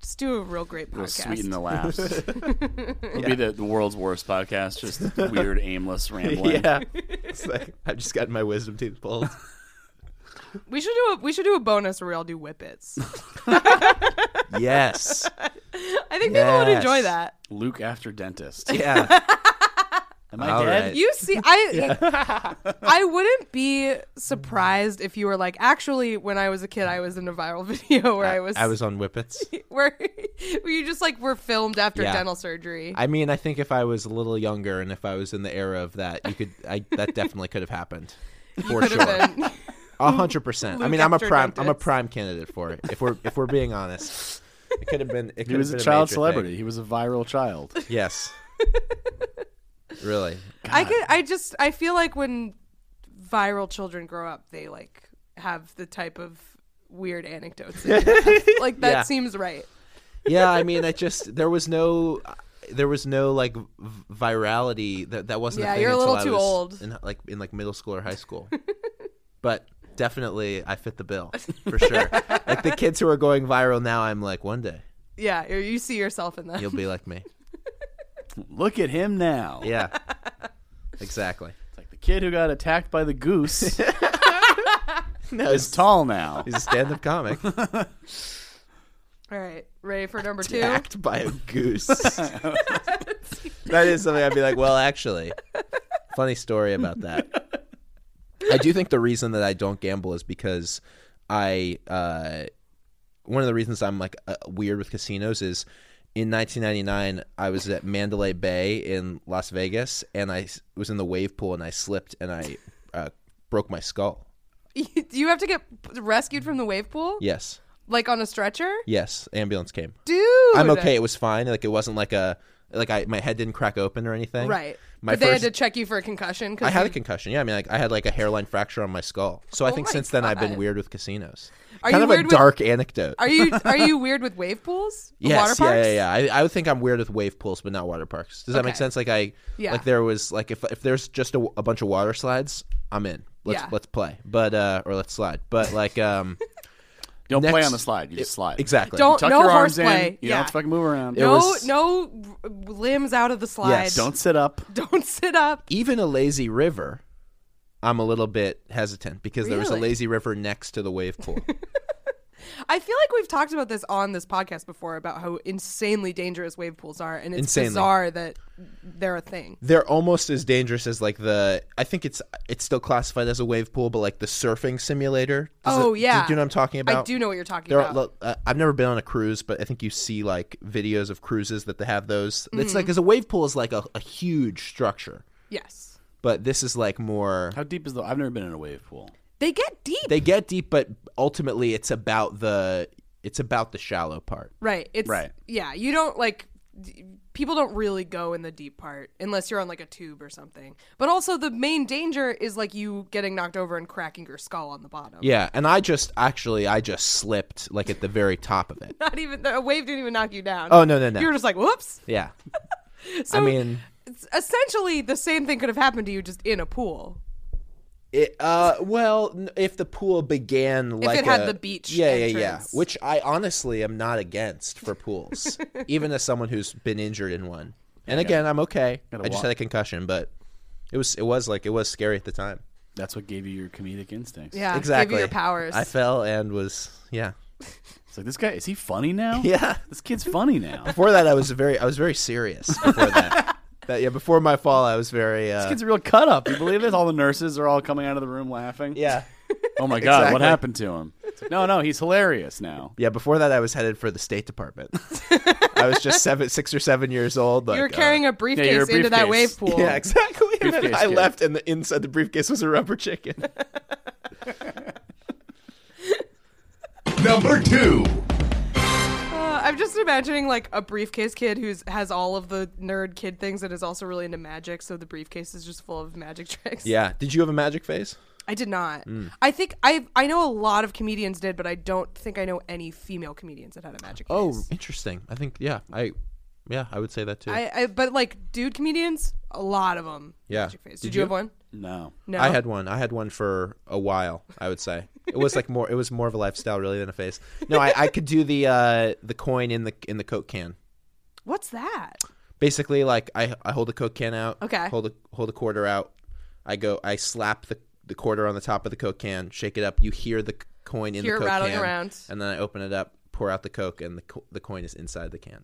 Just do a real great podcast.
We'll sweeten
[laughs]
the laughs. It'll be the, the world's worst podcast, just
[laughs]
weird, aimless rambling.
yeah.
[laughs]
It's like, I've just gotten my wisdom teeth pulled.
we should do a we should do a bonus where we all do whippets. [laughs]
yes.
I think people would enjoy that.
Luke after
[laughs]
dentist.
Yeah.
Am I
All
dead?
right.
You see, I [laughs] I wouldn't be surprised if you were like, actually, when I was a kid, I was in a viral [laughs] video where I, was
I was on whippets.
[laughs] where, where you just like were filmed after
Yeah.
dental surgery.
I mean, I think if I was a little younger and if I was in the era of that, you could I that definitely could have happened. For
could
sure.
have been [laughs]
A hundred percent. I
Luke
mean I'm a
after
prime I'm a
dentist.
prime candidate for it. If we're if we're being honest. It could have been it could
He was a
have been
child
major
celebrity. He was a viral
[laughs]
child.
Thing. Yes. really.
I could. I just. I feel like when viral children grow up, they like have the type of weird anecdotes.
[laughs]
That you have. like that
Yeah.
seems right.
yeah, I mean, I just there was no, there was no like v- virality that that wasn't.
Yeah,
a thing
you're a
until
little
I
too
was
old.
In, like in like middle school or
[laughs]
high school, but definitely I fit the bill for sure. like the kids who are going viral now, I'm like, one day
Yeah, you- you see yourself in that.
you'll be like me.
[laughs]
Look at him now.
Yeah, exactly.
kid who got attacked by the
[laughs]
goose is tall now.
He's a
[laughs]
stand-up comic.
[laughs] All right, ready for number two?
Attacked by a goose. that is something I'd be like, well, actually, funny story about that. I do think the reason that I don't gamble is because I, uh, one of the reasons I'm like uh, weird with casinos is in 1999 I was at Mandalay Bay in Las Vegas and I s- was in the wave pool and I slipped and I uh, broke my skull.
Do [laughs] you have to get rescued from the wave pool?
Yes.
Like on a stretcher?
Yes, ambulance came.
Dude.
[laughs] I'm okay. It was fine. Like it wasn't like a like I my head didn't crack open or anything.
Right.
My
but they
first,
had to check you for a concussion. 'cause
I had
you-
a concussion. Yeah, I mean, like I had like a hairline fracture on my skull. So I
Oh
think
my
since then I've been
God.
weird with casinos.
Are
kind
you
of
weird
a
with-
dark anecdote.
Are you are
[laughs]
you weird with wave pools?
yes,
Water parks?
yeah, yeah, yeah. I, I would think I'm weird with wave pools, but not water parks. Does that make
Okay.
sense? Like I,
Yeah.
like there was like if if there's just a, a bunch of water slides, I'm in. Let's
Yeah.
let's play, but uh, or let's slide, but
[laughs]
like um,
Don't play
next-
on the slide. You just slide.
exactly.
Don't
Tuck
no
your arms
horseplay.
in. You
yeah.
don't fucking move around.
no no r- limbs out of the slide.
Yes.
Don't sit up.
[laughs] Don't sit up.
even a lazy river, I'm a little bit hesitant because there was a
Really?
lazy river next to the wave pool. [laughs]
I feel like we've talked about this on this podcast before about how insanely dangerous wave pools are, and it's
Insanely.
bizarre that they're a thing.
They're almost as dangerous as like the. I think it's it's still classified as a wave pool, but like the surfing simulator. Does
Oh,
it-
yeah.
do, you know what I'm talking about?
I do know what you're talking
There are-
about.
look, uh, I've never been on a cruise, but I think you see like videos of cruises that they have those.
Mm-hmm.
It's like because a wave pool is like a, a huge structure,
yes,
but this is like more.
How deep is the? I've never been in a wave pool.
they get deep.
They get deep, but ultimately it's about the it's about the shallow part.
Right. It's
Right.
Yeah. You don't like d- people don't really go in the deep part unless you're on like a tube or something. But also the main danger is like you getting knocked over and cracking your skull on the bottom.
Yeah, and I just actually I just slipped like at the very top of it.
[laughs] Not even the a wave didn't even knock you down.
Oh, no, no, no.
You were just like whoops. [laughs]
Yeah.
So
I mean,
it's essentially the same thing could have happened to you just in a pool.
it, uh, well, n- if the pool began like
it had
a-
the beach
yeah, yeah, yeah,
entrance.
which I honestly am not against
[laughs]
for pools, even as someone who's been injured in one. And again, I'm okay. I
gotta
just
walk.
had a concussion, but it was it was like it was scary at the time.
That's what gave you your comedic instincts.
Yeah. Give
exactly.
you your powers.
I fell and was yeah.
It's like this guy. Is he funny now?
[laughs] Yeah.
This kid's funny
[laughs]
now. this
Before that, I was very I was very serious.
[laughs]
Before that, that yeah. Before my fall, I was very uh,
kid's a real cut up. You believe this? All the nurses are all coming out of the room laughing.
yeah.
Oh my god, what
Exactly.
happened to him? No, no, he's hilarious now.
Yeah, before that, I was headed for the State Department. I was just seven, six or seven years old. Like,
you were
uh,
carrying a briefcase
you're a
into that
briefcase.
wave pool.
[laughs] yeah, exactly. And then
Briefcase
I
kid.
left, and the inside the briefcase was a rubber chicken.
Number two.
Uh, I'm just imagining like a briefcase kid who's has all of the nerd kid things and is also really into magic, so the briefcase is just full of magic [laughs] tricks.
[laughs] yeah. Did you have a magic face?
I did not.
Mm.
I think I I know a lot of comedians did, but I don't think I know any female comedians that had a magic
Oh,
face.
interesting. I think yeah. I yeah, I would say that too. I,
I, I but like dude comedians, a lot of them.
Yeah.
Magic face. Did,
Did
you
you?
have one?
No.
No.
had one. I had one for a while. I would say it was like more. It was more of a lifestyle really than a face. No, I, I could do the uh, the coin in the in the coke can.
What's that?
basically like I, I hold a coke can out
Okay.
hold a hold a quarter out i go i slap the, the quarter on the top of the coke can shake it up you hear the c- coin in
Hear it
the coke
rattling
can
around.
and then i open it up pour out the coke and the, co- the coin is inside the can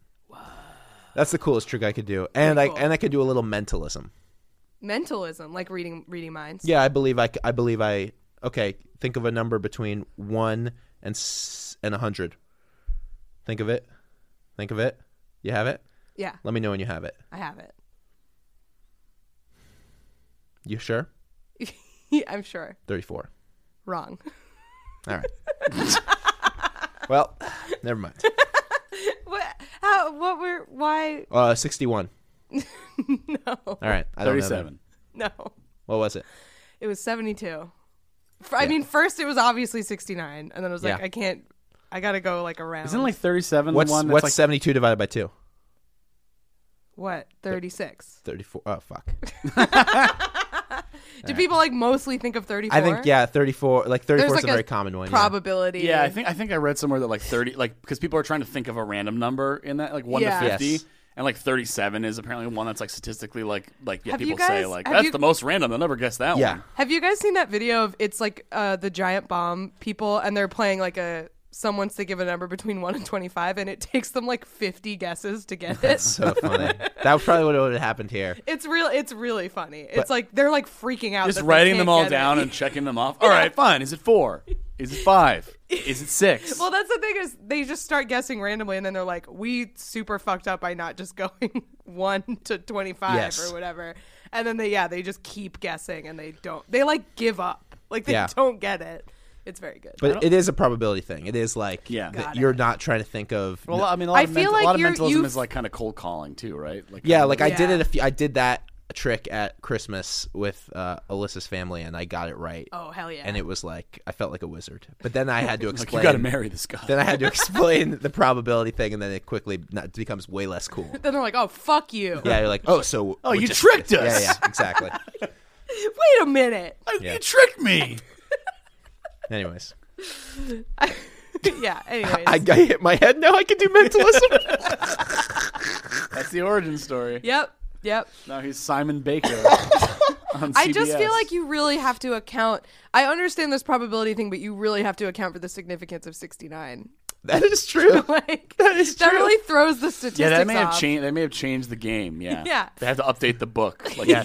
that's the coolest trick i could do and
Pretty
i
cool.
and i could do a little mentalism
Mentalism, like reading reading minds.
yeah i believe i, c- I believe i okay think of a number between 1 and s- and 100 think of it think of it you have it
Yeah,
let me know when you have it
I have it. [laughs]
you sure
Yeah, I'm sure.
34
Wrong. [laughs]
All right. [laughs] well, never mind.
what? How? What were? Why? [laughs]
Uh, 61.
No.
All right. I don't know that.
Thirty-seven.
No.
What was it?
It was 72. F I I mean, first it was obviously 69, and then I was like,
Yeah.
I can't, I gotta go like around.
Isn't it like thirty-seven?
What's
the one that's
what's
like
72 divided by 2?
what 36?
34. Oh, fuck.
Do people like mostly think of 34?
I think, yeah, 34. Like, 34
There's
is
like
a very common one. yeah.
Probability.
Yeah, I think I think I read somewhere that like thirty, like because people are trying to think of a random number in that, like one
Yeah.
to fifty,
Yes.
and And like 37 is apparently one that's like statistically like like yeah,
Have you
people say
guys-
like
have
that's
you-
the most random. They'll never guess that
Yeah.
one.
Have you guys seen that video of it's like uh, the giant bomb people and they're playing like a someone wants to give a number between one and twenty five and it [laughs] takes them like fifty guesses to get it. [laughs]
So funny. that probably would have happened here.
It's real. It's really funny. It's
But-
like they're like freaking out.
Just
that Oh, they
writing
can't
them all
get it.
down and checking them off. All right, fine. Is it 4? Is it
[laughs]
5? Is it 6?
[laughs] Well, that's the thing is they just start guessing randomly and then they're like, "We super fucked up by not just [laughs] going one to twenty five
Yes.
or whatever." And then they yeah they just keep guessing and they don't they like give up like they
Yeah.
don't get it. It's very good.
But it is a probability thing. It is like that you're not trying to think of.
Well, I mean, a
I
lot of,
feel
mental- a
like
lot of
you're-
mentalism
you've-
is like kind of cold calling too, right? Like
yeah, like I did
Yeah.
it. A few, I did that trick at Christmas with uh, Alyssa's family, and I got it right.
Oh, hell yeah.
And it was like I felt like a wizard. But then I had
[laughs]
to
Like, you
explain.
gotta marry this guy.
Then I had to explain the probability thing, and then it quickly not, becomes way less cool.
then they're like, "Oh fuck you."
Yeah, you're like, oh, so
Oh,
we
you
just-
tricked us.
Yeah, yeah, exactly.
[laughs] Wait a
[laughs]
minute.
Yeah.
tricked me.
Anyways,
yeah. Anyways.
I, I hit my head. Now I can do [laughs] mentalism.
That's the origin story.
Yep. Yep.
Now he's Simon
[laughs]
Baker. on
I just feel
CBS.
like you really have to account. I understand this probability thing, but you really have to account for the significance of 69.
That is true.
[laughs] like that is That really throws the statistics
Yeah, that may have
off.
changed. They may have changed the game. Yeah,
Yeah.
They have to update the book. Like,
[laughs] [laughs] yeah.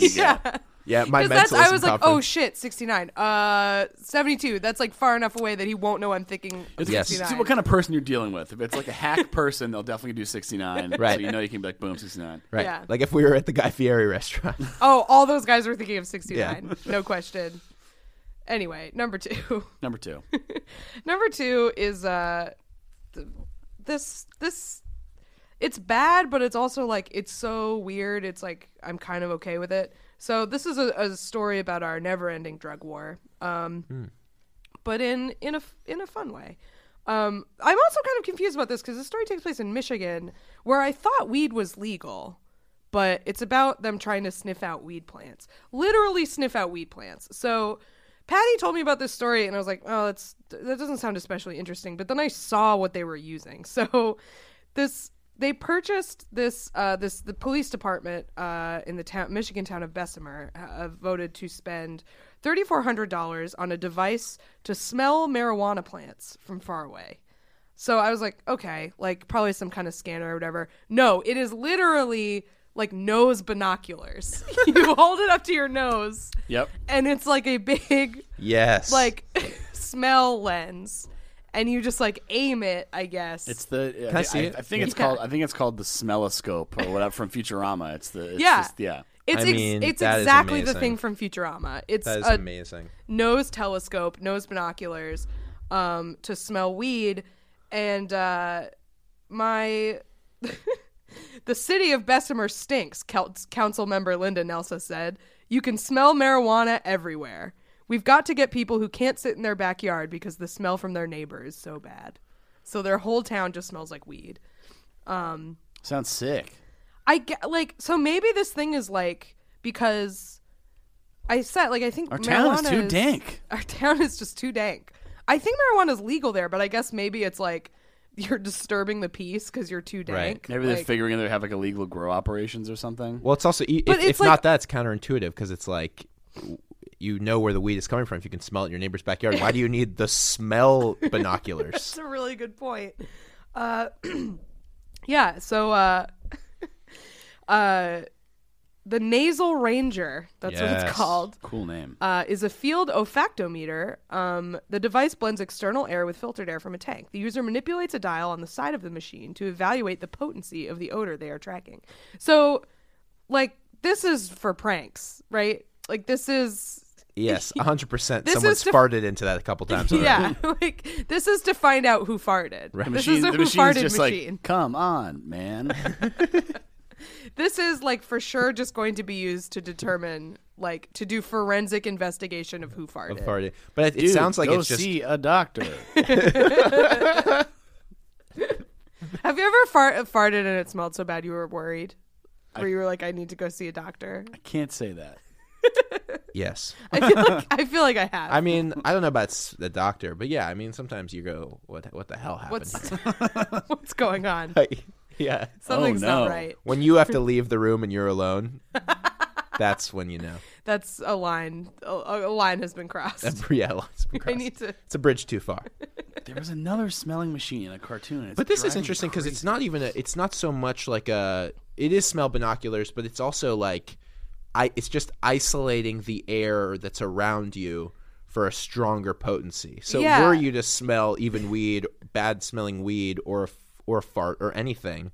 yeah, my
'Cause that's I
mentalism
was like,
conference.
oh shit, 69. Uh 72. That's like far enough away that he won't know I'm thinking
It's,
Yes.
it's
69.
what kind of person you're dealing with. If it's like a hack [laughs] person, they'll definitely do 69.
Right.
So you know you can be like, boom, 69.
Right.
Yeah.
Like if we were at the Guy Fieri [laughs] restaurant.
Oh, all those guys were thinking of 69.
[laughs]
No question. Anyway, number 2. [laughs]
Number two.
Number two is uh, th- this this. It's bad, but it's also like it's so weird. It's like I'm kind of okay with it. So this is a, a story about our never-ending drug war, um, but in in a f- in a fun way. Um, I'm also kind of confused about this because the story takes place in Michigan, where I thought weed was legal, but it's about them trying to sniff out weed plants. Literally sniff out weed plants. So Patty told me about this story, and I was like, oh, that's that doesn't sound especially interesting. But then I saw what they were using. [laughs] So this they purchased this uh, this the police department uh, in the town Michigan town of Bessemer uh, voted to spend thirty four hundred dollars on a device to smell marijuana plants from far away. So I was like, okay, like probably some kind of scanner or whatever. No, it is literally like nose binoculars. [laughs] you hold it up to your nose,
Yep.
and it's like a big
yes.
like [laughs] smell lens, and you just like aim it. I guess
It's the. uh,
Can I see it?
I think it's
Yeah.
called. I think it's called the Smelloscope or whatever from Futurama. It's the. It's
yeah,
Just, yeah.
It's
I
ex-
mean,
it's
that is
exactly the
amazing.
thing from Futurama. It's
that is
a
amazing.
nose telescope, nose binoculars, um, to smell weed, and uh, my [laughs] the city of Bessemer stinks. Cal- Council member Linda Nelsa said, "You can smell marijuana everywhere. We've got to get people who can't sit in their backyard because the smell from their neighbor is so bad. So their whole town just smells like weed."
Sounds sick.
I get like so maybe this thing is like because I said like I think
Our town is
marijuana
too dank.
[laughs] Our town is just too dank. I think marijuana is legal there, but I guess maybe it's like [laughs] you're disturbing the peace because you're too dank.
Maybe they're
Like,
figuring out they have like illegal grow operations or something.
Well, it's also e- if,
But it's
if
like-
not that, it's counterintuitive because it's like w- you know where the weed is coming from if you can smell it in your neighbor's backyard. Why do you need
[laughs]
the smell binoculars?
That's a really good point. Uh, [clears throat] yeah. So uh, [laughs] uh, the nasal ranger. That's what
Yes.
it's called.
Cool name.
uh, is a field olfactometer. Um, the device blends external air with filtered air from a tank. The user manipulates a dial on the side of the machine to evaluate the potency of the odor they are tracking. So, like, this is for pranks, right? Like, this is.
yes, 100%.
This
Someone
is def-
farted into that a
[laughs]
couple times. already.
Yeah, like this is to find out who farted.
The
This
machine-
is a
the
who
machine's
farted
just
machine.
like, come on, [laughs] man.
this is like for sure just going to be used to determine, like, to do forensic investigation of who farted.
Farted. But it, it
Dude,
sounds like
go
it's just
see a doctor. [laughs]
Have you ever fart- farted and it smelled so bad you were worried? Where you were like, I need to go see a doctor.
Can't say that.
yes.
I feel like I feel like I have.
I mean, I don't know about s-
[laughs]
the doctor, but yeah, I mean, sometimes you go, what what the hell happened? Oh,
what's what's going on?
Like, yeah.
Something's Oh, not no. right.
When you have to leave the room and you're alone, that's when you know.
That's a line. A, a line has been crossed.
[laughs] That- yeah, a line's
[laughs]
been
I
crossed.
need to.
It's a bridge too far.
There was another smelling machine in a cartoon. and it's
but this is
driving me
interesting because
crazy.
it's not even a, it's not so much like a it is smell binoculars but it's also like i it's just isolating the air that's around you for a stronger potency so
Yeah.
were you to smell even weed bad smelling weed or a f- or a fart or anything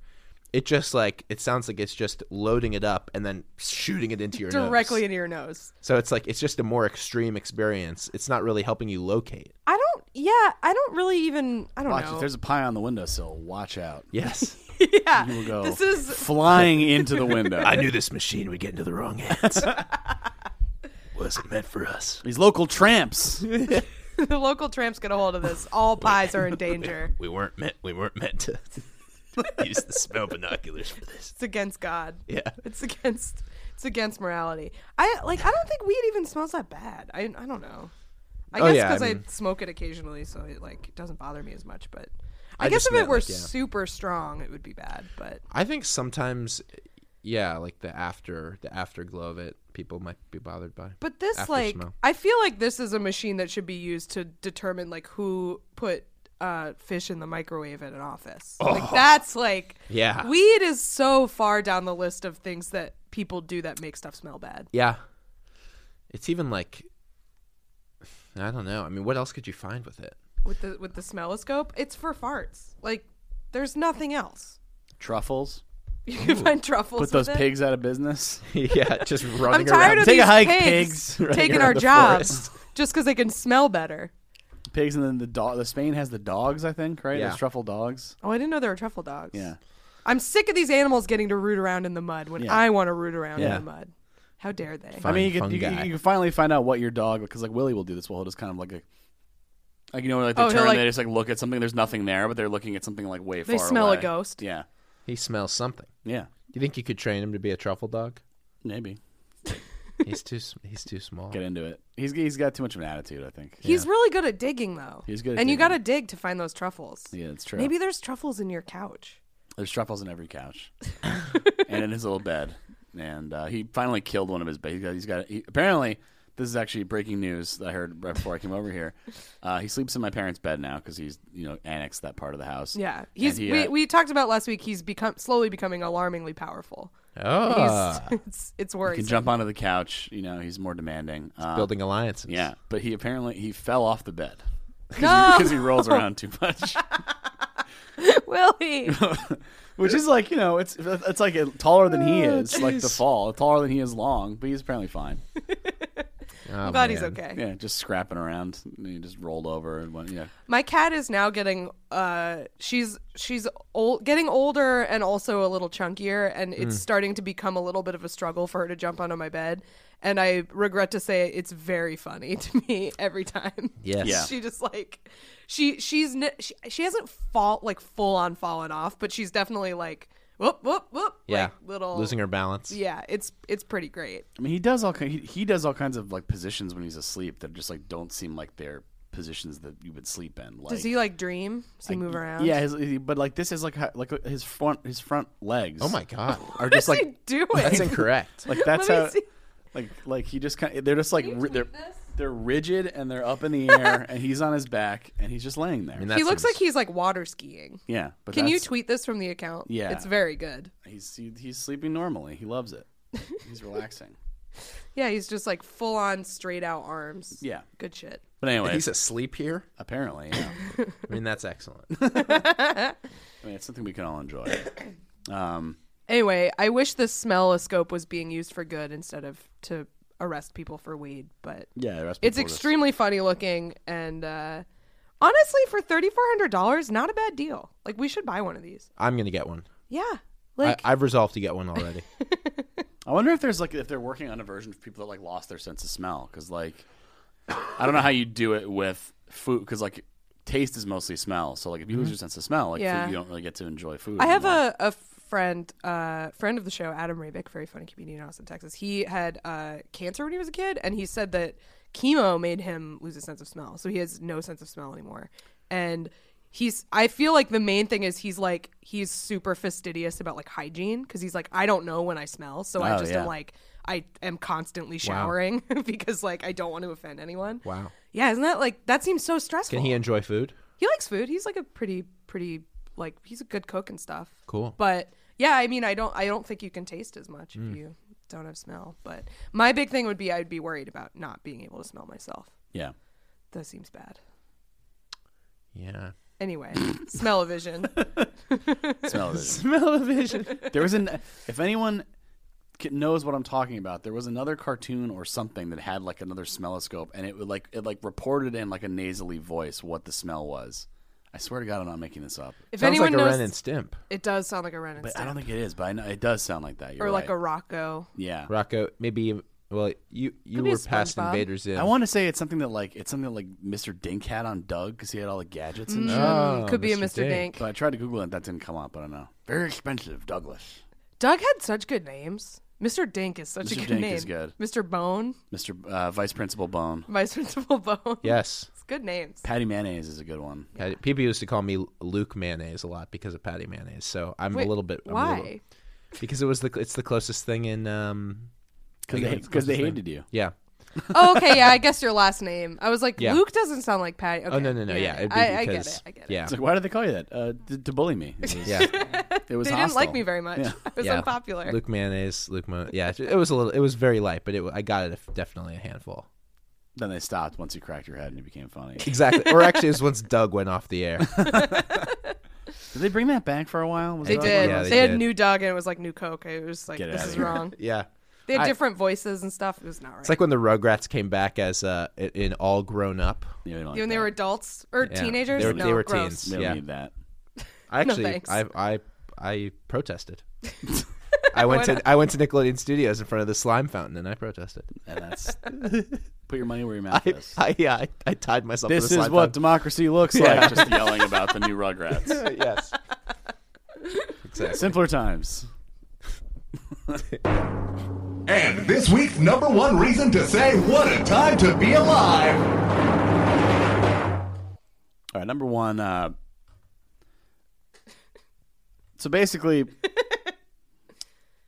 it just like it sounds like it's just loading it up and then shooting it into your nose.
Directly into your nose.
so it's like it's just a more extreme experience it's not really helping
[laughs]
you locate
I don't. Yeah, I don't really even. I don't
Watch,
know.
if there's a pie on the windowsill, watch out.
yes
[laughs] yeah,
You will go
this
[laughs]
is [laughs]
flying into the window.
[laughs] i knew this machine would get into the
[laughs]
wrong hands wasn't meant for us
These local
[laughs]
tramps.
the local tramps get a hold of this. All pies are in danger.
we weren't meant we weren't meant to [laughs] use the smell binoculars for this.
It's against God.
Yeah.
[laughs] It's against. It's against morality. I like. I don't think weed even smells that bad. I. I don't know. I
Oh,
guess
yeah, I
because I,
mean-
smoke it occasionally, so it like it doesn't bother me as much. But I,
I
guess
just
if it
meant,
were
like, yeah.
super strong, it would be bad. But
I think sometimes yeah, like the after the afterglow of it, people might be bothered by.
But this,
After
like,
smell.
I feel like this is a machine that should be used to determine like who put uh, fish in the microwave at an
[laughs]
office. Like that's like,
Yeah.
weed is so far down the list of things that people do that make stuff smell bad.
Yeah. It's even like I don't know. I mean, what else could you find
[laughs]
with it?
With the with the smelloscope, it's for farts. Like, there's nothing else.
Truffles.
You can find truffles.
Put those
with it.
pigs out of business.
yeah, just
I'm
running
tired
around.
of
Take a
these
hike,
pigs,
pigs. [laughs] Running
taking
around
our
the
jobs
forest.
just because they can smell better.
Pigs and then the dog. The Spain has the dogs, I think, right?
Yeah.
Those truffle dogs.
Oh, I didn't know there were truffle dogs.
Yeah.
I'm sick of these animals getting to root around in the mud when
Yeah.
I want to root around in
Yeah.
the mud. How dare they?
Fine.
I mean, you can, you,
fungi.
can- you can finally find out what your dog because like Willie will do this. Well, he'll just kind of like a like you know like they
Oh, he'll,
turn
like-
they just like look at something. There's nothing there, but they're looking at something like way
They
far.
smell a
away.
ghost.
Yeah,
He smells something.
yeah,
You think you could train him to be a truffle dog?
maybe
He's too s- he's too small.
get into it. He's he's got too much of an attitude. I think.
He's really good at digging, though.
He's good
and
at
you
digging.
got to dig to find those truffles.
Yeah, it's true.
Maybe there's truffles in your couch.
There's truffles in every
[laughs]
couch, and in his little bed. And uh, he finally killed one of his. Ba- he's got. He's got he, apparently, this is actually breaking news that I heard right before I came over
[laughs]
here. Uh, he sleeps in my parents' bed now because he's you know annexed that part of the house.
Yeah,
And
he's.
he,
we,
uh,
we talked about last week. He's become slowly becoming alarmingly powerful. He's- uh,
Oh,
[laughs] it's
he
it's
can
worrisome. [laughs]
jump onto the couch. You know, he's more demanding. Um,
building alliances.
Yeah, but he apparently he fell off the
[laughs]
bed [laughs]
No,
because he rolls around too
[laughs]
much, [laughs]
Willie.
Oh, which is like you know it's it's like taller than he
Ah,
is, like the fall taller than he is long, but he's apparently fine.
I'm glad he's
man.
okay.
Yeah, just scrapping around. And he just rolled over and went. Yeah,
My cat is now getting uh she's she's old getting older and also a little chunkier and it's starting to become a little bit of a struggle for her to jump onto my bed and I regret to say it's very funny [laughs] to me every time.
Yes.
Yeah.
[laughs] She just like she she's n- she, she hasn't fall like full on fallen off but she's definitely like whoop whoop whoop
Yeah.
like, little
Losing her balance.
Yeah, it's it's pretty great.
I mean he does all kind. He, he does all kinds of like positions when he's asleep that just like don't seem like they're positions that you would sleep in. Like,
Does he like dream? Does he move around?
Yeah, his, he- but like this is like ho- like his front his front legs.
Oh
[laughs]
my god.
Are just
What is
like
he
[laughs]
doing?
That's incorrect.
like [laughs] that's
Let me
how
see.
like like he just kind of, they're just like
you
ri-
tweet
they're
this?
they're rigid and they're up
[laughs]
in the air and he's on his back and he's just laying there.
I mean, that
he looks
seems-
like he's like water skiing.
yeah, but
Can you
that's-
tweet this from the account?
Yeah.
It's very good.
He's he, he's sleeping normally. He loves it. He's [laughs] relaxing.
Yeah, he's just like full on straight out arms.
Yeah.
Good shit.
But anyway,
He's asleep here.
apparently, yeah.
I mean,
[laughs]
that's excellent.
I mean, it's something we can all enjoy. Um,
Anyway, I wish the smelloscope was being used for good instead of to arrest people for weed, but
yeah, the rest
it's
people just-
extremely funny looking and uh honestly for thirty four hundred dollars, not a bad deal. Like we should buy one of these.
I'm gonna get one.
Yeah. Like
I, I've resolved to get one already.
I wonder if there's like if they're working on a version for people that like lost their sense of smell because like I don't know how you do it with food because like taste is mostly smell. So like if you lose your sense of smell, like
Mm-hmm. Yeah.
food, you don't really get to enjoy food.
I have
anymore.
a, a friend, uh, friend of the show, Adam Rabick, very funny comedian in Austin, Texas. He had uh, cancer when he was a kid, and he said that chemo made him lose his sense of smell, so he has no sense of smell anymore. And he's I feel like the main thing is he's like he's super fastidious about like hygiene because he's like I don't know when I smell, so I
Oh,
just
yeah.
am like I am constantly showering [laughs] because like I don't want to offend anyone.
[laughs] Wow.
Yeah, isn't that like that seems so stressful?
Can he enjoy food?
He likes food. He's like a pretty pretty like he's a good cook and stuff.
Cool.
But yeah, I mean I don't I don't think you can taste as much
Mm.
if you don't have smell. But my big thing would be I'd be worried about not being able to smell myself.
Yeah.
That seems bad.
Yeah.
[laughs]
Anyway, smell of vision.
Smell
[laughs]
Smell-o-vision.
There was an if anyone c- knows what I'm talking about, there was another cartoon or something that had like another smelloscope, and it would like it like reported in like a nasally voice what the smell was. I swear to God, I'm not making this up.
If anyone knows,
Stimp.
It does sound like a Ren and
But I
Stimp,
don't think it is. But I know it does sound like that. You're
or like
right.
a Rocco.
yeah,
Rocco. Maybe well, you you
Could be a
were past
SpongeBob.
Invader Zim.
I want to say it's something that like it's something that, like Mr. Dink had on Doug because he had all the gadgets and
Mm,
shit.
Oh, could be a Mr. Mr. Dink. Dink.
But I tried to Google it, that didn't come up. I don't know. Very expensive, Douglas.
Doug had such good names. Mr. Dink is such
Mr.
a good
Dink
name.
is good.
Mr. Bone, [laughs]
Mr. Uh, Vice Principal Bone.
Vice Principal Bone.
Yes.
it's good names.
Patty Mayonnaise is a good one.
Patty- People used to call me Luke Mayonnaise a lot because of Patty Mayonnaise. So I'm
Wait,
a little bit. I'm a
why?
little- because it was the it's the closest thing in um.
'Cause
I think
they-
it's the
'cause they
closest
hated you.
Yeah.
oh, okay. Yeah, I guess your last name. I was like,
Yeah.
Luke doesn't sound like Patty. Okay.
Oh no no no yeah. it'd be
I, I get
because-
it. I get
Yeah.
It's like, why did they call you that? Uh, to, to bully me. It was-
[laughs] Yeah.
[laughs]
It was
They didn't like
hostile.
me very much. [laughs] I was unpopular.
Luke mayonnaise, Luke Mo- yeah, it- it was a little, it was very light, but it, wa- I got it a- definitely a handful.
Then they stopped once you cracked your head and it became funny.
Exactly, or actually, it was once Doug went off the air.
[laughs]
Did they bring that back for a while? Was
They
that-
did.
Yeah,
they
they
had
did.
new Doug, and it was like new Coke. It was like
Get
this
outta
is
here. [laughs]
wrong.
yeah,
They had
I-
different voices and stuff. It was not right.
it's like when the Rugrats came back as uh, i- in all grown up.
Yeah,
when they were adults or
Yeah.
teenagers.
They were,
no,
they were
gross.
teens. yeah.
that.
I
No,
actually,
thanks.
I, I, I
[laughs]
protested. I went to I went to Nickelodeon Studios in front of the slime fountain and
[laughs]
I protested.
And that's [laughs] put your money where your mouth is.
[laughs] I, yeah, I, I tied myself. to
This
the
is
slime
what
fountain.
democracy looks
Yeah.
like. [laughs] Just yelling about the new Rugrats.
[laughs] yes. Exactly.
Simpler times.
And this week's number one reason to say what a time to be alive.
All right, number one. Uh, so basically,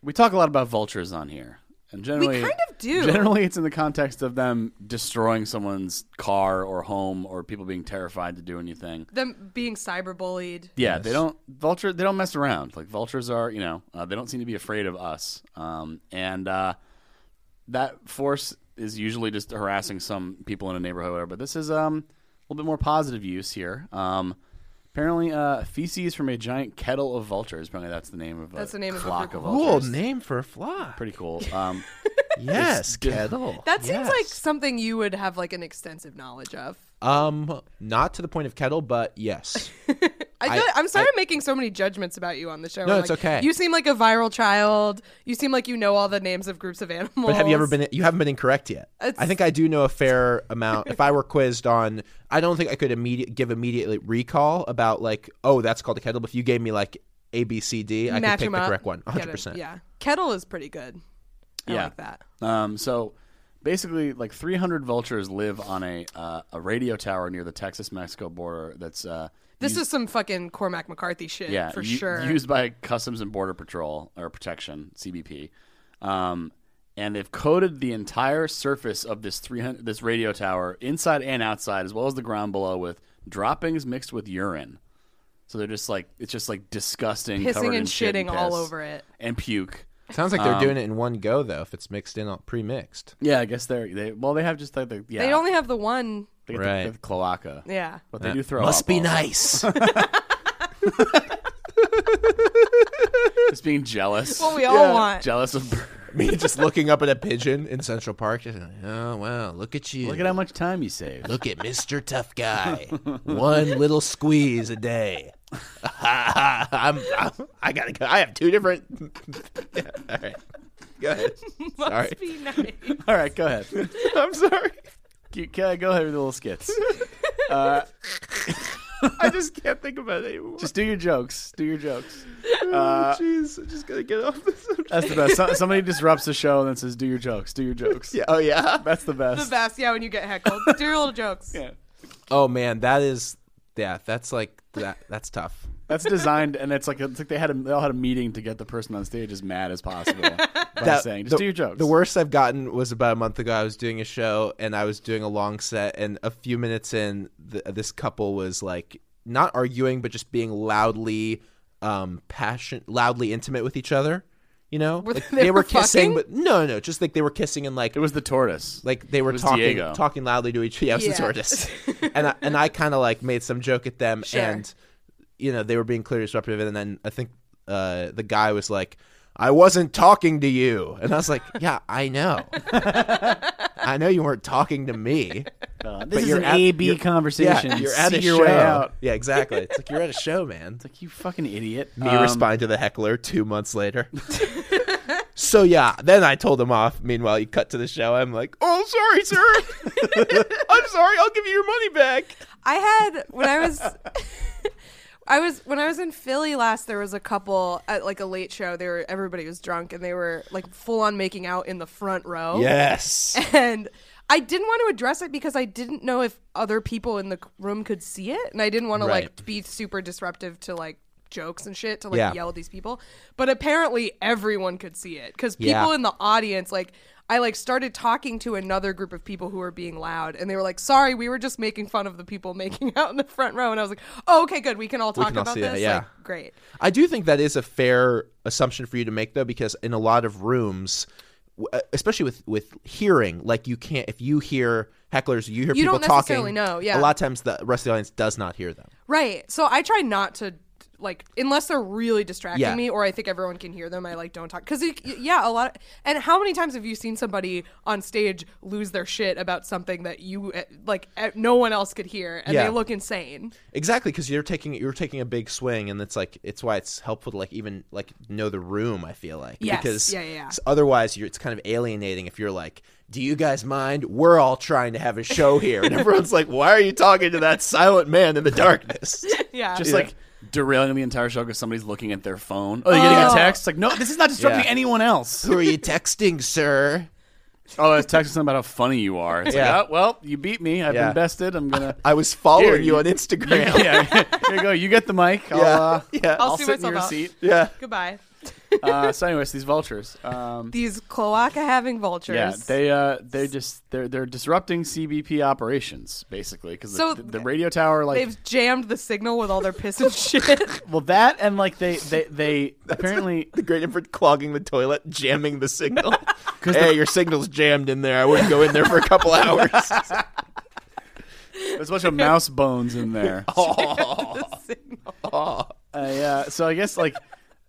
we talk a lot about vultures on here, and generally,
kind of do.
Generally, it's in the context of them destroying someone's car or home, or people being terrified to do anything.
Them being cyberbullied.
Yeah, they don't vulture. They don't mess around. Like vultures are, you know, uh, they don't seem to be afraid of us. Um, and uh, that force is usually just harassing some people in a neighborhood, or whatever. But this is um, a little bit more positive use here. Um, apparently, uh, feces from a giant kettle of vultures. Apparently, that's the name of a
That's the name of a
flock
group
of
of
Cool
vultures.
name for a flock.
Pretty cool.
[laughs]
Um,
Yes,
[laughs] it's di-
kettle.
That seems like something you would have like an extensive knowledge of.
Um, not to the point of kettle, but yes.
I,
I-
feel I'm sorry
I-
I'm making so many judgments about you on the show.
No,
I'm
it's
like,
okay.
You seem like a viral child. You seem like you know all the names of groups of animals.
But have you ever been? You haven't been incorrect yet.
It's-
I think I do know
[laughs]
a fair amount. If I were quizzed on, I don't think I could immediate give immediately recall about like, oh, that's called a kettle. But if you gave me like A, B, C, D, I
Match
could pick
'em
the
up,
correct one.
get 'em,
100. percent
Yeah, kettle is pretty good. I
yeah.
like that.
Um, so basically, like 300 vultures live on a uh, a radio tower near the Texas-Mexico border. That's uh,
This
used-
is some fucking Cormac McCarthy shit
yeah,
for
u-
sure.
Used by Customs and Border Patrol or Protection (CBP), um, and they've coated the entire surface of this 300 this radio tower inside and outside, as well as the ground below, with droppings mixed with urine. So they're just like it's just like disgusting, covered
Pissing
in
and
shit
shitting
and
all
piss
over it.
and puke.
Sounds like they're
Um,
doing it in one go though. If it's mixed in, all pre-mixed.
Yeah, I guess they're they well they have just like the yeah
They only have the one.
they get the-
Right.
the cloaca. [laughs]
Yeah. [laughs]
but they
That
do throw
must
up
be
also. [laughs]
nice. [laughs]
just being jealous. [laughs]
What we all Yeah. want.
Jealous of [laughs]
Me just looking up at a pigeon in Central Park. Just, like, oh wow, look at you.
Look at how much time you saved.
Look at Mr.
[laughs]
Tough Guy. One little squeeze a day. [laughs] I'm, I'm, I gotta go. I have two different. Yeah, all right. Go ahead.
Must
Sorry.
be nice.
All right, go [laughs] ahead.
I'm sorry.
Keep- Go go ahead with the little [laughs] skits. Uh,
[laughs] I just can't think about it anymore.
just do your jokes. Do your jokes.
Oh,
Uh,
Jeez, I'm just gonna get off this.
that's the best. So, somebody disrupts the show and then says, "Do your jokes. Do your jokes."
Yeah, oh, yeah? [laughs]
That's the best. [laughs]
the best. Yeah, when you get heckled, do your little jokes.
Yeah.
Oh man, that is Yeah, that's like that. That's tough.
That's designed, and it's like it's like they had a, they all had a meeting to get the person on stage as mad as
[laughs]
possible by
That-
saying, "Just
the,
do your jokes."
The worst I've gotten was about a month ago. I was doing a show and I was doing a long set, and a few minutes in, th this couple was like not arguing, but just being loudly, um, passion, loudly intimate with each other. You know,
Were
Like,
they
they were
fucking?
kissing, but no, no, just like they were kissing and like it
was the tortoise.
Like they were
was
talking,
Diego.
talking loudly to each. [laughs] Yeah, it was
Yeah.
the tortoise, and I, and I kind of like made some joke at them,
Sure.
and you know, they were being clearly disruptive. And then I think uh, the guy was like, I wasn't talking to you. And I was like, yeah, I know. I know you weren't talking to me.
Uh, this
but
is
you're
an
at-
A-B
you're-
conversation.
Yeah, you're at
See
a
your
show.
way out.
Yeah, exactly. It's like you're at a show,
[laughs]
man. It's
like you fucking idiot.
Me
Um,
responding to the heckler two months later. [laughs] so yeah, then I told him off. Meanwhile, you cut to the show. I'm like, Oh, sorry, sir. [laughs] I'm sorry. I'll give you your money back.
I had when
[laughs]
I was [laughs] I was when I was in Philly last there was a couple at like a late show they were everybody was drunk and they were like full on making out in the front
Oh.
row.
Yes.
And I didn't want to address it because I didn't know if other people in the room could see it and I didn't want to like
Right.
be super disruptive to like jokes and shit to like
Yeah.
yell at these people. But apparently everyone could see it cuz people
Yeah.
in the audience like I like started talking to another group of people who were being loud, and they were like, "Sorry, we were just making fun of the people making [laughs] out in the front row." And I was like, oh, "Okay, good, we can all
We
talk
can all
about
see
this."
that, yeah.
Like, great.
[laughs] I do think that is a fair assumption for you to make, though, because in a lot of rooms, w- uh, especially with with hearing, like you can't if you hear hecklers, you hear
You
people
don't necessarily
talking.
know, yeah.
a lot of times the rest of the audience does not hear them.
Right. So I try not to like unless they're really distracting
Yeah.
me or I think everyone can hear them. I like don't talk because yeah, a lot. and how many times have you seen somebody on stage lose their shit about something that you eh, like eh, no one else could hear and
Yeah.
they look insane?
Exactly, because you're taking you're taking a big swing, and it's like it's why it's helpful to like even like know the room. I feel like
Yes,
because
yeah, yeah, yeah.
s- otherwise you're it's kind of alienating if you're like, do you guys mind? We're all trying to have a show here, and everyone's like, why are you talking to that silent man in the darkness?
yeah,
just
Yeah.
like derailing the entire show because somebody's looking at their phone. Oh, they're getting a
Oh.
text. Like, no, this is not disrupting
Yeah.
anyone else.
Who are you texting, sir?
Oh, I was texting something about how funny you are. It's
Yeah.
like, oh, well, you beat me. I've
Yeah.
invested. I'm [laughs] gonna.
I was following
Here,
you, on
[laughs]
Instagram.
You, yeah, here you go. You get the mic. I'll,
[laughs] Yeah.
uh,
Yeah.
I'll
I'll
see
sit in your
myself out.
seat.
Yeah.
Goodbye.
uh, so, anyways, these vultures. Um,
These cloaca having vultures.
Yeah, they uh, they just they're they're disrupting CBP operations basically because
So-
the, the radio tower like
They've jammed the signal with all their piss and [laughs] shit.
[laughs] well that and like they they
[laughs]
they apparently
the great for clogging the toilet, jamming the signal.
'Cause
hey,
the-
your signal's jammed in there. I wouldn't go in there for a couple hours.
there's a bunch of mouse bones in [laughs] there.
Oh.
Uh, yeah. So I guess like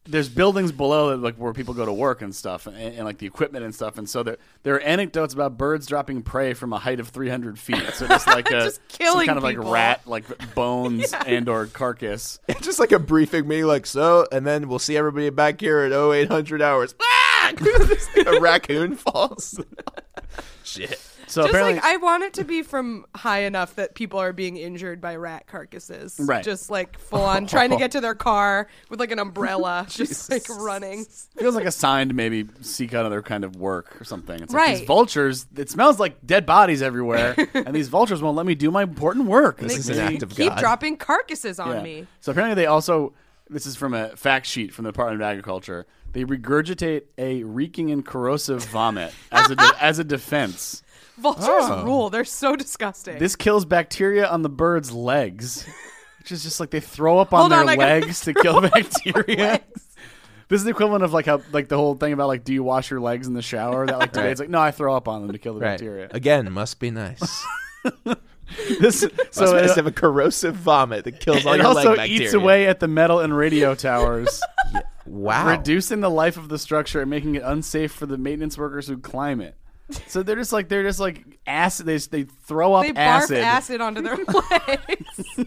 there's buildings below that, like where people go to work and stuff, and, and like the equipment and stuff. And so there there are anecdotes about birds dropping prey from a height of 300 feet. So just
[laughs]
like a
Just killing
some kind of
people.
like rat like
[laughs]
bones and or carcass.
[laughs] Just like a briefing meeting, like so, and then we'll see everybody back here at 0800 hours. Ah! [laughs] a raccoon [laughs] falls. Shit.
So
just
apparently,
like I want it to be from high enough that people are being injured by rat carcasses.
Right.
Just like full on trying to get to their car with like
[laughs]
an umbrella, just like running.
feels like a sign to maybe seek out other kind of work or something. It's like
Right.
these vultures. It smells like dead bodies
[laughs]
everywhere, and these vultures won't let me do my important work.
And they
It's
keep,
like,
keep dropping carcasses on
Yeah.
me.
So apparently they also this is from a fact sheet from the Department of Agriculture. They regurgitate a reeking and corrosive vomit as a de- as a defense.
Vultures
Oh.
rule. They're so disgusting.
This kills bacteria on the bird's legs, which is just like they throw up on
Hold on,
their
I gotta
legs to kill bacteria. This is the equivalent of like how like the whole thing about like do you wash your legs in the shower? That like today
Right.
it's like no, I throw up on them to kill the
Right.
bacteria.
[laughs] Again, must
[laughs]
be nice.
This [laughs] so
so
it-
nice to have a corrosive vomit that kills all
it
your
also
leg bacteria.
eats away at the metal and radio towers.
Wow.
Reducing the life of the structure and making it unsafe for the maintenance workers who climb it. So they're just like they're just like acid. They, they throw up
they barf
acid.
acid. onto
[laughs]
their legs.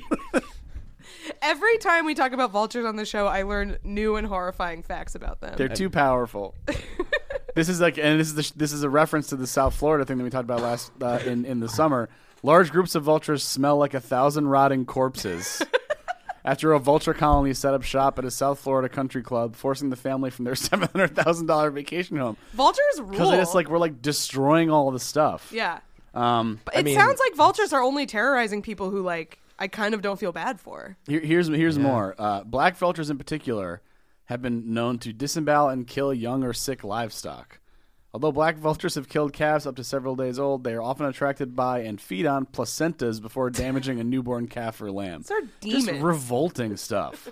Every time we talk about vultures on the show, I learn new and horrifying facts about them.
They're too
[laughs]
powerful. this is like, and this is the, this is a reference to the South Florida thing that we talked about last uh, in in the summer. Large groups of vultures smell like a thousand rotting
[laughs]
corpses. After a vulture colony set up shop at a South Florida country club, forcing the family from their [laughs] seven hundred thousand dollar vacation home
vultures
because
rule.
they just like we're like destroying all the stuff.
yeah.
Um,
But it sounds like vultures are only terrorizing people who like I kind of don't feel bad for.
Here, here's here's more. Uh, black filters in particular have been known to disembowel and kill young or sick livestock. Although black vultures have killed calves up to several days old, they are often attracted by and feed on placentas before damaging a newborn calf or lamb.
These are
Just
demons.
revolting stuff.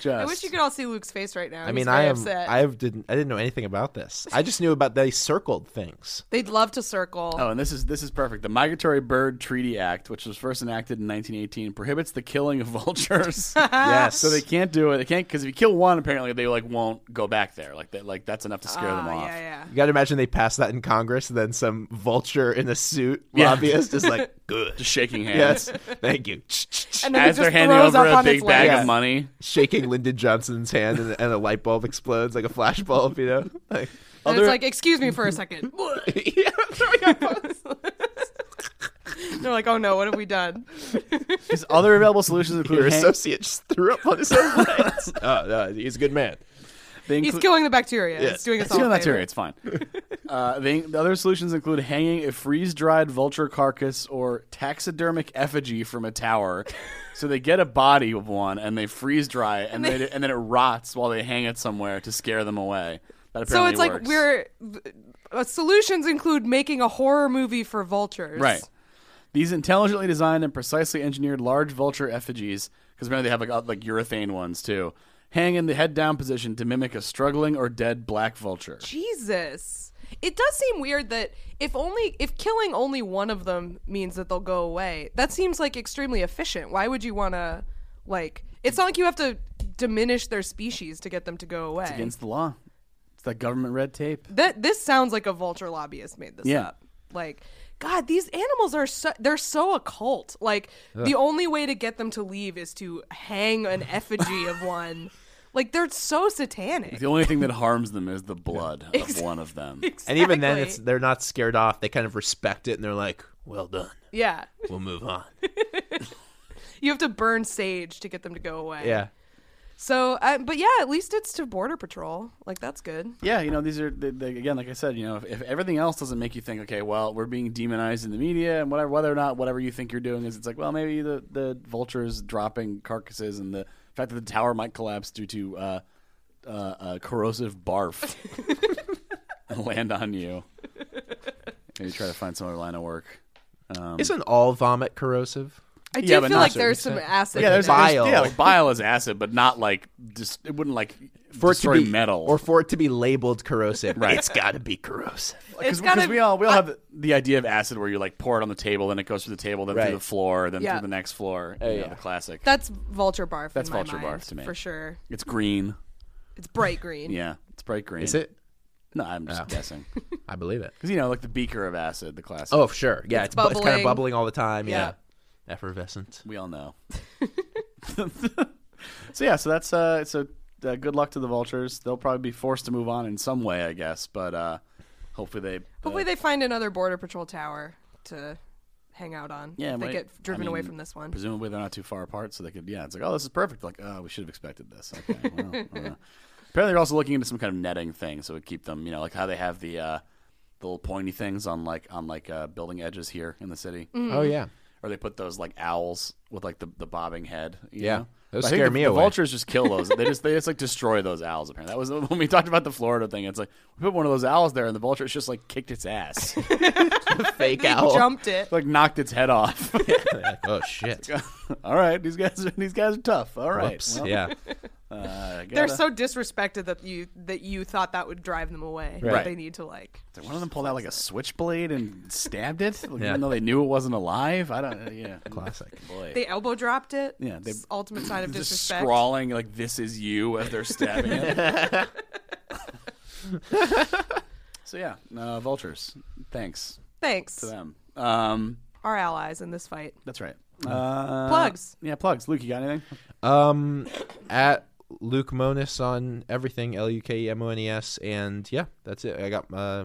Just.
[laughs] I wish you could all see Luke's face right now.
I
He's
mean,
very
I am.
upset.
I have didn't. I didn't know anything about this. I just knew about they circled things.
They'd love to circle.
Oh, and this is this is perfect. The Migratory Bird Treaty Act, which was first enacted in 1918, prohibits the killing of [laughs] vultures.
[laughs]
Yes.
so they can't do it. They can't because if you kill one, apparently they like won't go back there. Like that, like that's enough to scare
Uh, Ah,
them off.
You got to imagine they passed that in Congress, and then some vulture in a suit
Yeah.
lobbyist is like,
[laughs]
"Good,
Just
[laughs]
shaking hands.
yes, thank you."
And then it
As
just
they're handing
throws
over
up
a
on
big
its
bag
legs.
of [laughs] money.
Shaking Lyndon Johnson's hand, and, and a light bulb explodes like a flash bulb. You know, like,
And it's like, excuse me for a
[laughs]
second. [laughs] They're like, oh no, what have we done?
His other available [laughs] solutions include Uh,
your
hang-
associate just threw up on his own legs.
[laughs]
oh no, he's a good man.
they
He's
include-
killing the bacteria.
Yes.
It's doing us
It's
all.
killing
a
bacteria.
favor.
It's fine. [laughs] Uh, they, the other solutions include hanging a freeze-dried vulture carcass or taxidermic effigy from a tower. So they get a body of one and they freeze dry and, then it- and then it rots while they hang it somewhere to scare them away. That
So
apparently
it's like
works.
we're uh, solutions include making a horror movie for vultures.
Right. These intelligently designed and precisely engineered large vulture effigies, because remember they have like uh, like urethane ones too, hang in the head down position to mimic a struggling or dead black vulture.
Jesus. It does seem weird that if only if killing only one of them means that they'll go away. That seems like extremely efficient. Why would you want to like It's not like you have to diminish their species to get them to go away.
Against the law. It's that government red tape.
That this sounds like a vulture lobbyist made this
Yeah.
up. Like God, these animals are so they're so occult. Like the only way to get them to leave is to hang
[laughs]
an effigy of one. Like they're so satanic.
The only thing that harms them is the blood of one of them.
[laughs] And even then, it's
Exactly.
they're not scared off. They kind of respect it, and they're like, "Well done.
yeah.
We'll move on."
[laughs]
[laughs]
You have to burn sage to get them to go away.
Yeah.
So, uh, but yeah, at least it's to border patrol. Like that's good.
Yeah, you know, these are, they, they, again, like I said, you know, if, if everything else doesn't make you think, okay, well, we're being demonized in the media and whatever, whether or not whatever you think you're doing is, it's like, well, maybe the, the vultures dropping carcasses and the fact that the tower might collapse due to uh, uh, uh, corrosive barf [laughs] and land on you. Maybe try to find some other line of work. Um,
Isn't all vomit corrosive?
I do
Yeah, but
feel
not
like
to
there's some
an extent.
acid.
yeah,
in
there's,
there.
there's-
bile.
yeah, like bile is acid, but not like just it wouldn't like
For it
destroy
to be
metal
or for it to be labeled corrosive,
Right.
it's got to be corrosive.
because
It's gotta-
we all we all have the idea of acid where you like pour it on the table, then it goes through the table, then
Right.
through the floor, then
Yeah.
through the next floor. you know,
yeah.
the classic.
that's vulture barf.
That's
in my
vulture
mind,
barf to me.
for sure.
it's green.
It's bright green.
Yeah, it's bright green.
Is it? Oh.
No, I'm just guessing.
I believe it.
Because you know, like the beaker of acid, the classic.
Oh, sure. Yeah,
It's
it's, bu- it's kind of
bubbling.
bubbling all the time. Yeah.
[laughs]
Effervescent.
we all know. [laughs] so yeah, so that's uh, it's a uh, good luck to the vultures. They'll probably be forced to move on in some way, I guess. But uh, hopefully they. uh,
Hopefully, they find another border patrol tower to hang out on.
Yeah,
if they
might-
get driven
I
away
mean,
from this one.
Presumably they're not too far apart, so they could. Yeah, it's like, oh, this is perfect. Like, oh, we should have expected this. Okay,
[laughs]
well, uh. apparently they're also looking into some kind of netting thing, so it would keep them. You know, like how they have the uh, the little pointy things on like on like uh, building edges here in the city,
Mm.
Oh yeah.
or they put those like owls with like the, the bobbing head. you
Yeah.
know?
Those
But I think
scare
the,
me
the
away.
Vultures just kill those. they just they just
[laughs]
like destroy those owls. Apparently, that was [laughs] when we talked about the Florida thing. It's like we put one of those owls there, and the vulture just like kicked its
[laughs]
ass,
Fake
they
Oh.
owl.
jumped it.
like knocked its head off. [laughs]
[laughs] oh shit.
All right, these guys are these guys are tough. All right,
Whoops.
well,
Yeah.
uh, gotta-
They're so disrespected that you that you thought that would drive them away. Right.
Right.
They need to like.
One of them pulled out like a switchblade and stabbed it, like,
Yeah.
even though they knew it wasn't alive. I don't. [laughs] Yeah,
Classic.
boy.
They elbow dropped it.
Yeah, they-
It's ultimate sign of
[laughs] just
disrespect.
scrawling like "This is you" as they're stabbing it. [laughs] so yeah, uh, vultures. Thanks
Thanks,
to them. Um,
our allies in this fight.
that's right. Uh,
Plugs.
Yeah, plugs. Luke, you got anything?
Um, at Luke Monis on everything L U K E M O N E S, and yeah, that's it. I got uh,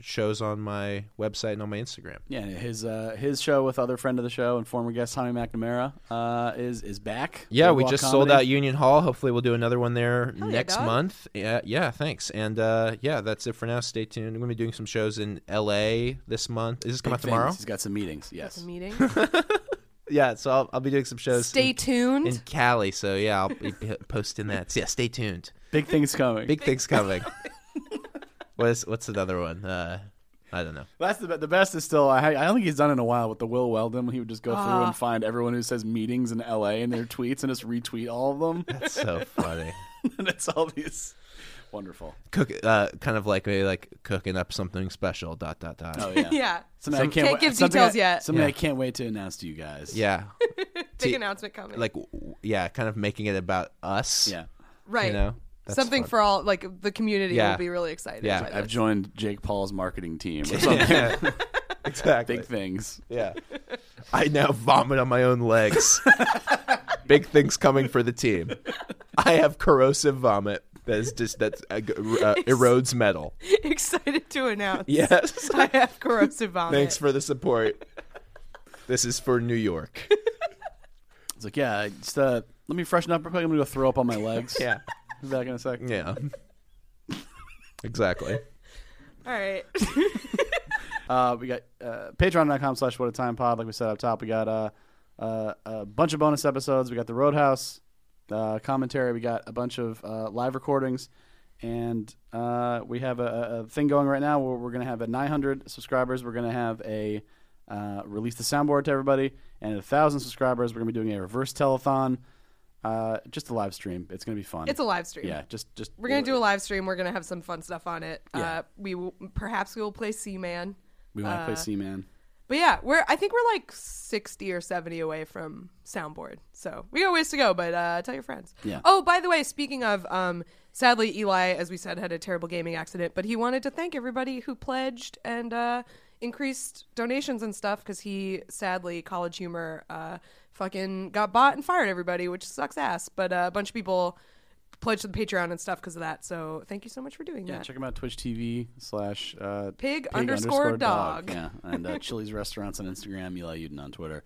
shows on my website and on my Instagram.
Yeah, his uh, his show with other friend of the show and former guest Tommy McNamara uh, is is back.
Yeah, we
Boardwalk
just sold
Comedy.
out Union Hall. Hopefully, we'll do another one there
Hell yeah,
next
dog.
month. Yeah, yeah, thanks. And uh, yeah, that's it for now. Stay tuned. I'm going to be doing some shows in LA this month. Is this come
Big
out tomorrow?
things. He's got some meetings. Yes.
Some meetings.
yeah, so I'll, I'll be doing some shows.
Stay
in-
tuned.
in Cali. So yeah, I'll be p- [laughs] posting that. So, yeah, stay tuned.
Big things coming.
Big things
[laughs]
coming. what's what's another one? Uh, I don't know.
That's the be- the best is still. I I don't think he's done in a while with the Will Weldon. He would just go through
Ah.
and find everyone who says meetings in L.A. in their tweets and just retweet all of them. [laughs] That's
So funny.
and it's all these wonderful.
Cook, uh, kind of like maybe like cooking up something special. Dot dot dot.
Oh yeah,
Yeah.
Something I
Some-
can't,
Can't
wa-
give
something
details
I-
yet.
Something I
Yeah.
can't wait to announce to you guys.
Yeah.
Big
See,
announcement coming.
Like w- w- yeah, kind of making it about us.
Yeah.
right.
You know, That's
Something
fun.
for all, like the community
Yeah.
will be really excited.
Yeah.
by
I've
this.
joined Jake Paul's marketing
[laughs]
team or something.
[laughs] exactly.
Big things.
Yeah. I now vomit on my
[laughs]
own legs. Big things coming for the team. I have corrosive vomit that is just that uh, g- uh, erodes metal.
[laughs] excited to announce.
Yes.
[laughs] I have corrosive vomit.
Thanks for the support. This is for New York.
It's like, yeah, just uh, let me freshen up. I'm probably gonna go throw up on my legs.
[laughs] Yeah.
Be back in a second.
Yeah. [laughs] Exactly.
All right.
Uh, we got uh, patreon.com slash what a time pod, like we said up top. We got uh, uh, a bunch of bonus episodes. We got the Roadhouse uh, commentary. We got a bunch of uh, live recordings. And uh, we have a, a- a thing going right now where we're going to have a 900 subscribers. We're going to have a uh, release the soundboard to everybody. And at 1,000 subscribers, we're going to be doing a reverse telethon. Uh, just a live stream. It's going to be fun.
It's a live stream.
Yeah, just just
We're gonna do a live stream. We're gonna have some fun stuff on it. Uh, we will, perhaps we will play Sea Man.
We want to play
Uh,
Sea Man.
But yeah, we're I think we're like sixty or seventy away from soundboard, so we got a ways to go. But uh, tell your friends.
Yeah.
Oh, by the way, speaking of, um, sadly Eli, as we said, had a terrible gaming accident, but he wanted to thank everybody who pledged and uh, increased donations and stuff because he sadly college humor uh, fucking got bought and fired everybody, which sucks ass. But uh, a bunch of people pledged to the Patreon and stuff because of that. So thank you so much for doing
Yeah,
that.
check them out Twitch TV slash uh,
Pig underscore dog.
Yeah, and uh, Chili's restaurants on Instagram, Eli Uden on Twitter.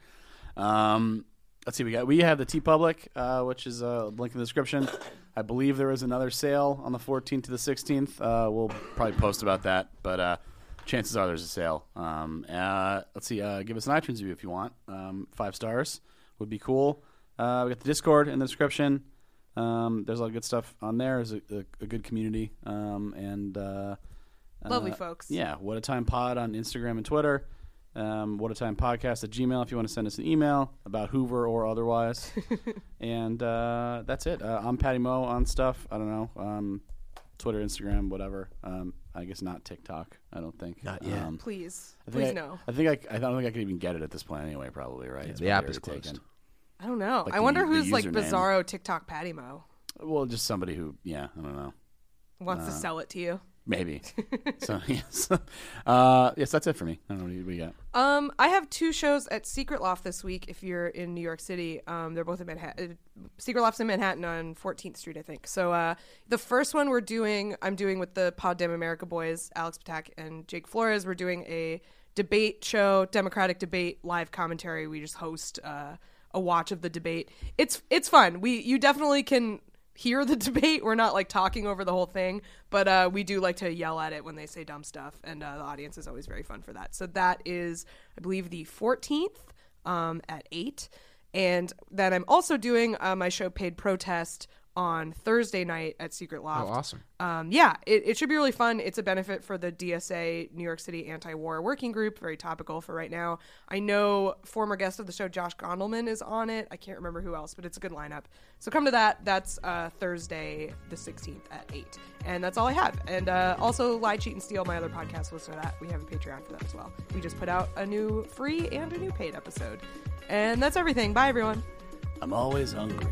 Um, let's see, we got we have the T Public, uh, which is a link in the description. I believe there is another sale on the 14th to the 16th. Uh, we'll probably post about that, but uh, chances are there's a sale. Um, uh, let's see, uh, give us an iTunes review if you want. Um, five stars would be cool. Uh, we got the Discord in the description. Um, there's a lot of good stuff on there. There's a, a, a good community. Um, and uh,
Lovely
uh,
folks.
Yeah, What a Time Pod on Instagram and Twitter. Um, what a Time Podcast at Gmail if you want to send us an email about Hoover or
[laughs]
otherwise. and uh, that's it. Uh, I'm Patty Mo on stuff. I don't know. Um, Twitter, Instagram, whatever. Um, I guess not TikTok. I don't think. Not
yet.
Um,
Please,
I think
please
I-
no.
I think I, I don't think I could even get it at this point anyway. Probably right. It's
the app
probably
is
already
closed.
I don't know.
Like
I
the
wonder
u- the
who's like
username.
Bizarro TikTok Patty Mo
Well, just somebody who, yeah, I don't know.
wants to
Uh,
sell it to you. [laughs]
Maybe. so [laughs] yes, uh, yes, that's it for me. I don't know what you, what you got.
Um, I have two shows at Secret Loft this week. If you're in New York City, um, they're both in Manhattan. Secret Loft's in Manhattan on 14th Street, I think. So uh, the first one we're doing, I'm doing with the Pod Damn America boys, Alex Patak and Jake Flores. We're doing a debate show, Democratic debate, live commentary. We just host uh, a watch of the debate. It's it's fun. We you definitely can hear the [laughs] debate. We're not like talking over the whole thing, but uh, we do like to yell at it when they say dumb stuff, and uh, the audience is always very fun for that. So that is, I believe, the 14th um, at 8. And then I'm also doing uh, my show Paid Protest on Thursday night at Secret Loft.
awesome.
Um, yeah, it, it should be really fun. It's a benefit for the DSA New York City Anti War Working Group, very topical for right now. I know former guest of the show, Josh Gondelman, is on it. I can't remember who else, but it's a good lineup. So come to that. That's uh, Thursday, the 16th at 8. And that's all I have. And uh, also, Lie, Cheat, and Steal, my other podcast, listen to that. We have a Patreon for that as well. We just put out a new free and a new paid episode. And that's everything. Bye, everyone.
I'm always hungry.